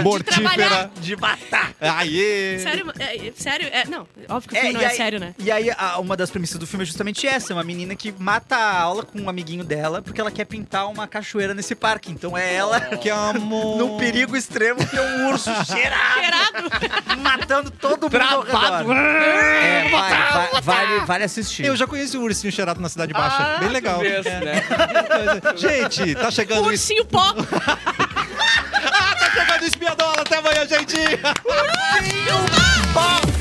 A: Mortífera.
D: trabalhar.
A: De matar. Aê.
D: Sério, é, é, sério? é, não, óbvio que o
E: É,
D: filme
E: e
D: não é
E: aí-
D: sério, né?
E: E aí, a- uma das premissas do filme é justamente essa: uma menina que mata a aula com um amiguinho dela porque ela quer pintar uma cachoeira nesse parque. Então é ela
A: Que
D: Oh.
A: amor.
E: num perigo extremo que é um urso cheirado,
D: Cheirado.
E: matando todo mundo ao
B: Travado.
E: redor. É, vai, vai- vale, vale assistir.
A: Eu já conheci o ursinho cheirado na Cidade Baixa.
B: Ah,
A: Bem legal.
B: tu vês, né?
A: Gente, tá chegando isso.
D: Ursinho pó.
A: Tá chegando o espiadola. Até amanhã, gente.
E: Bom.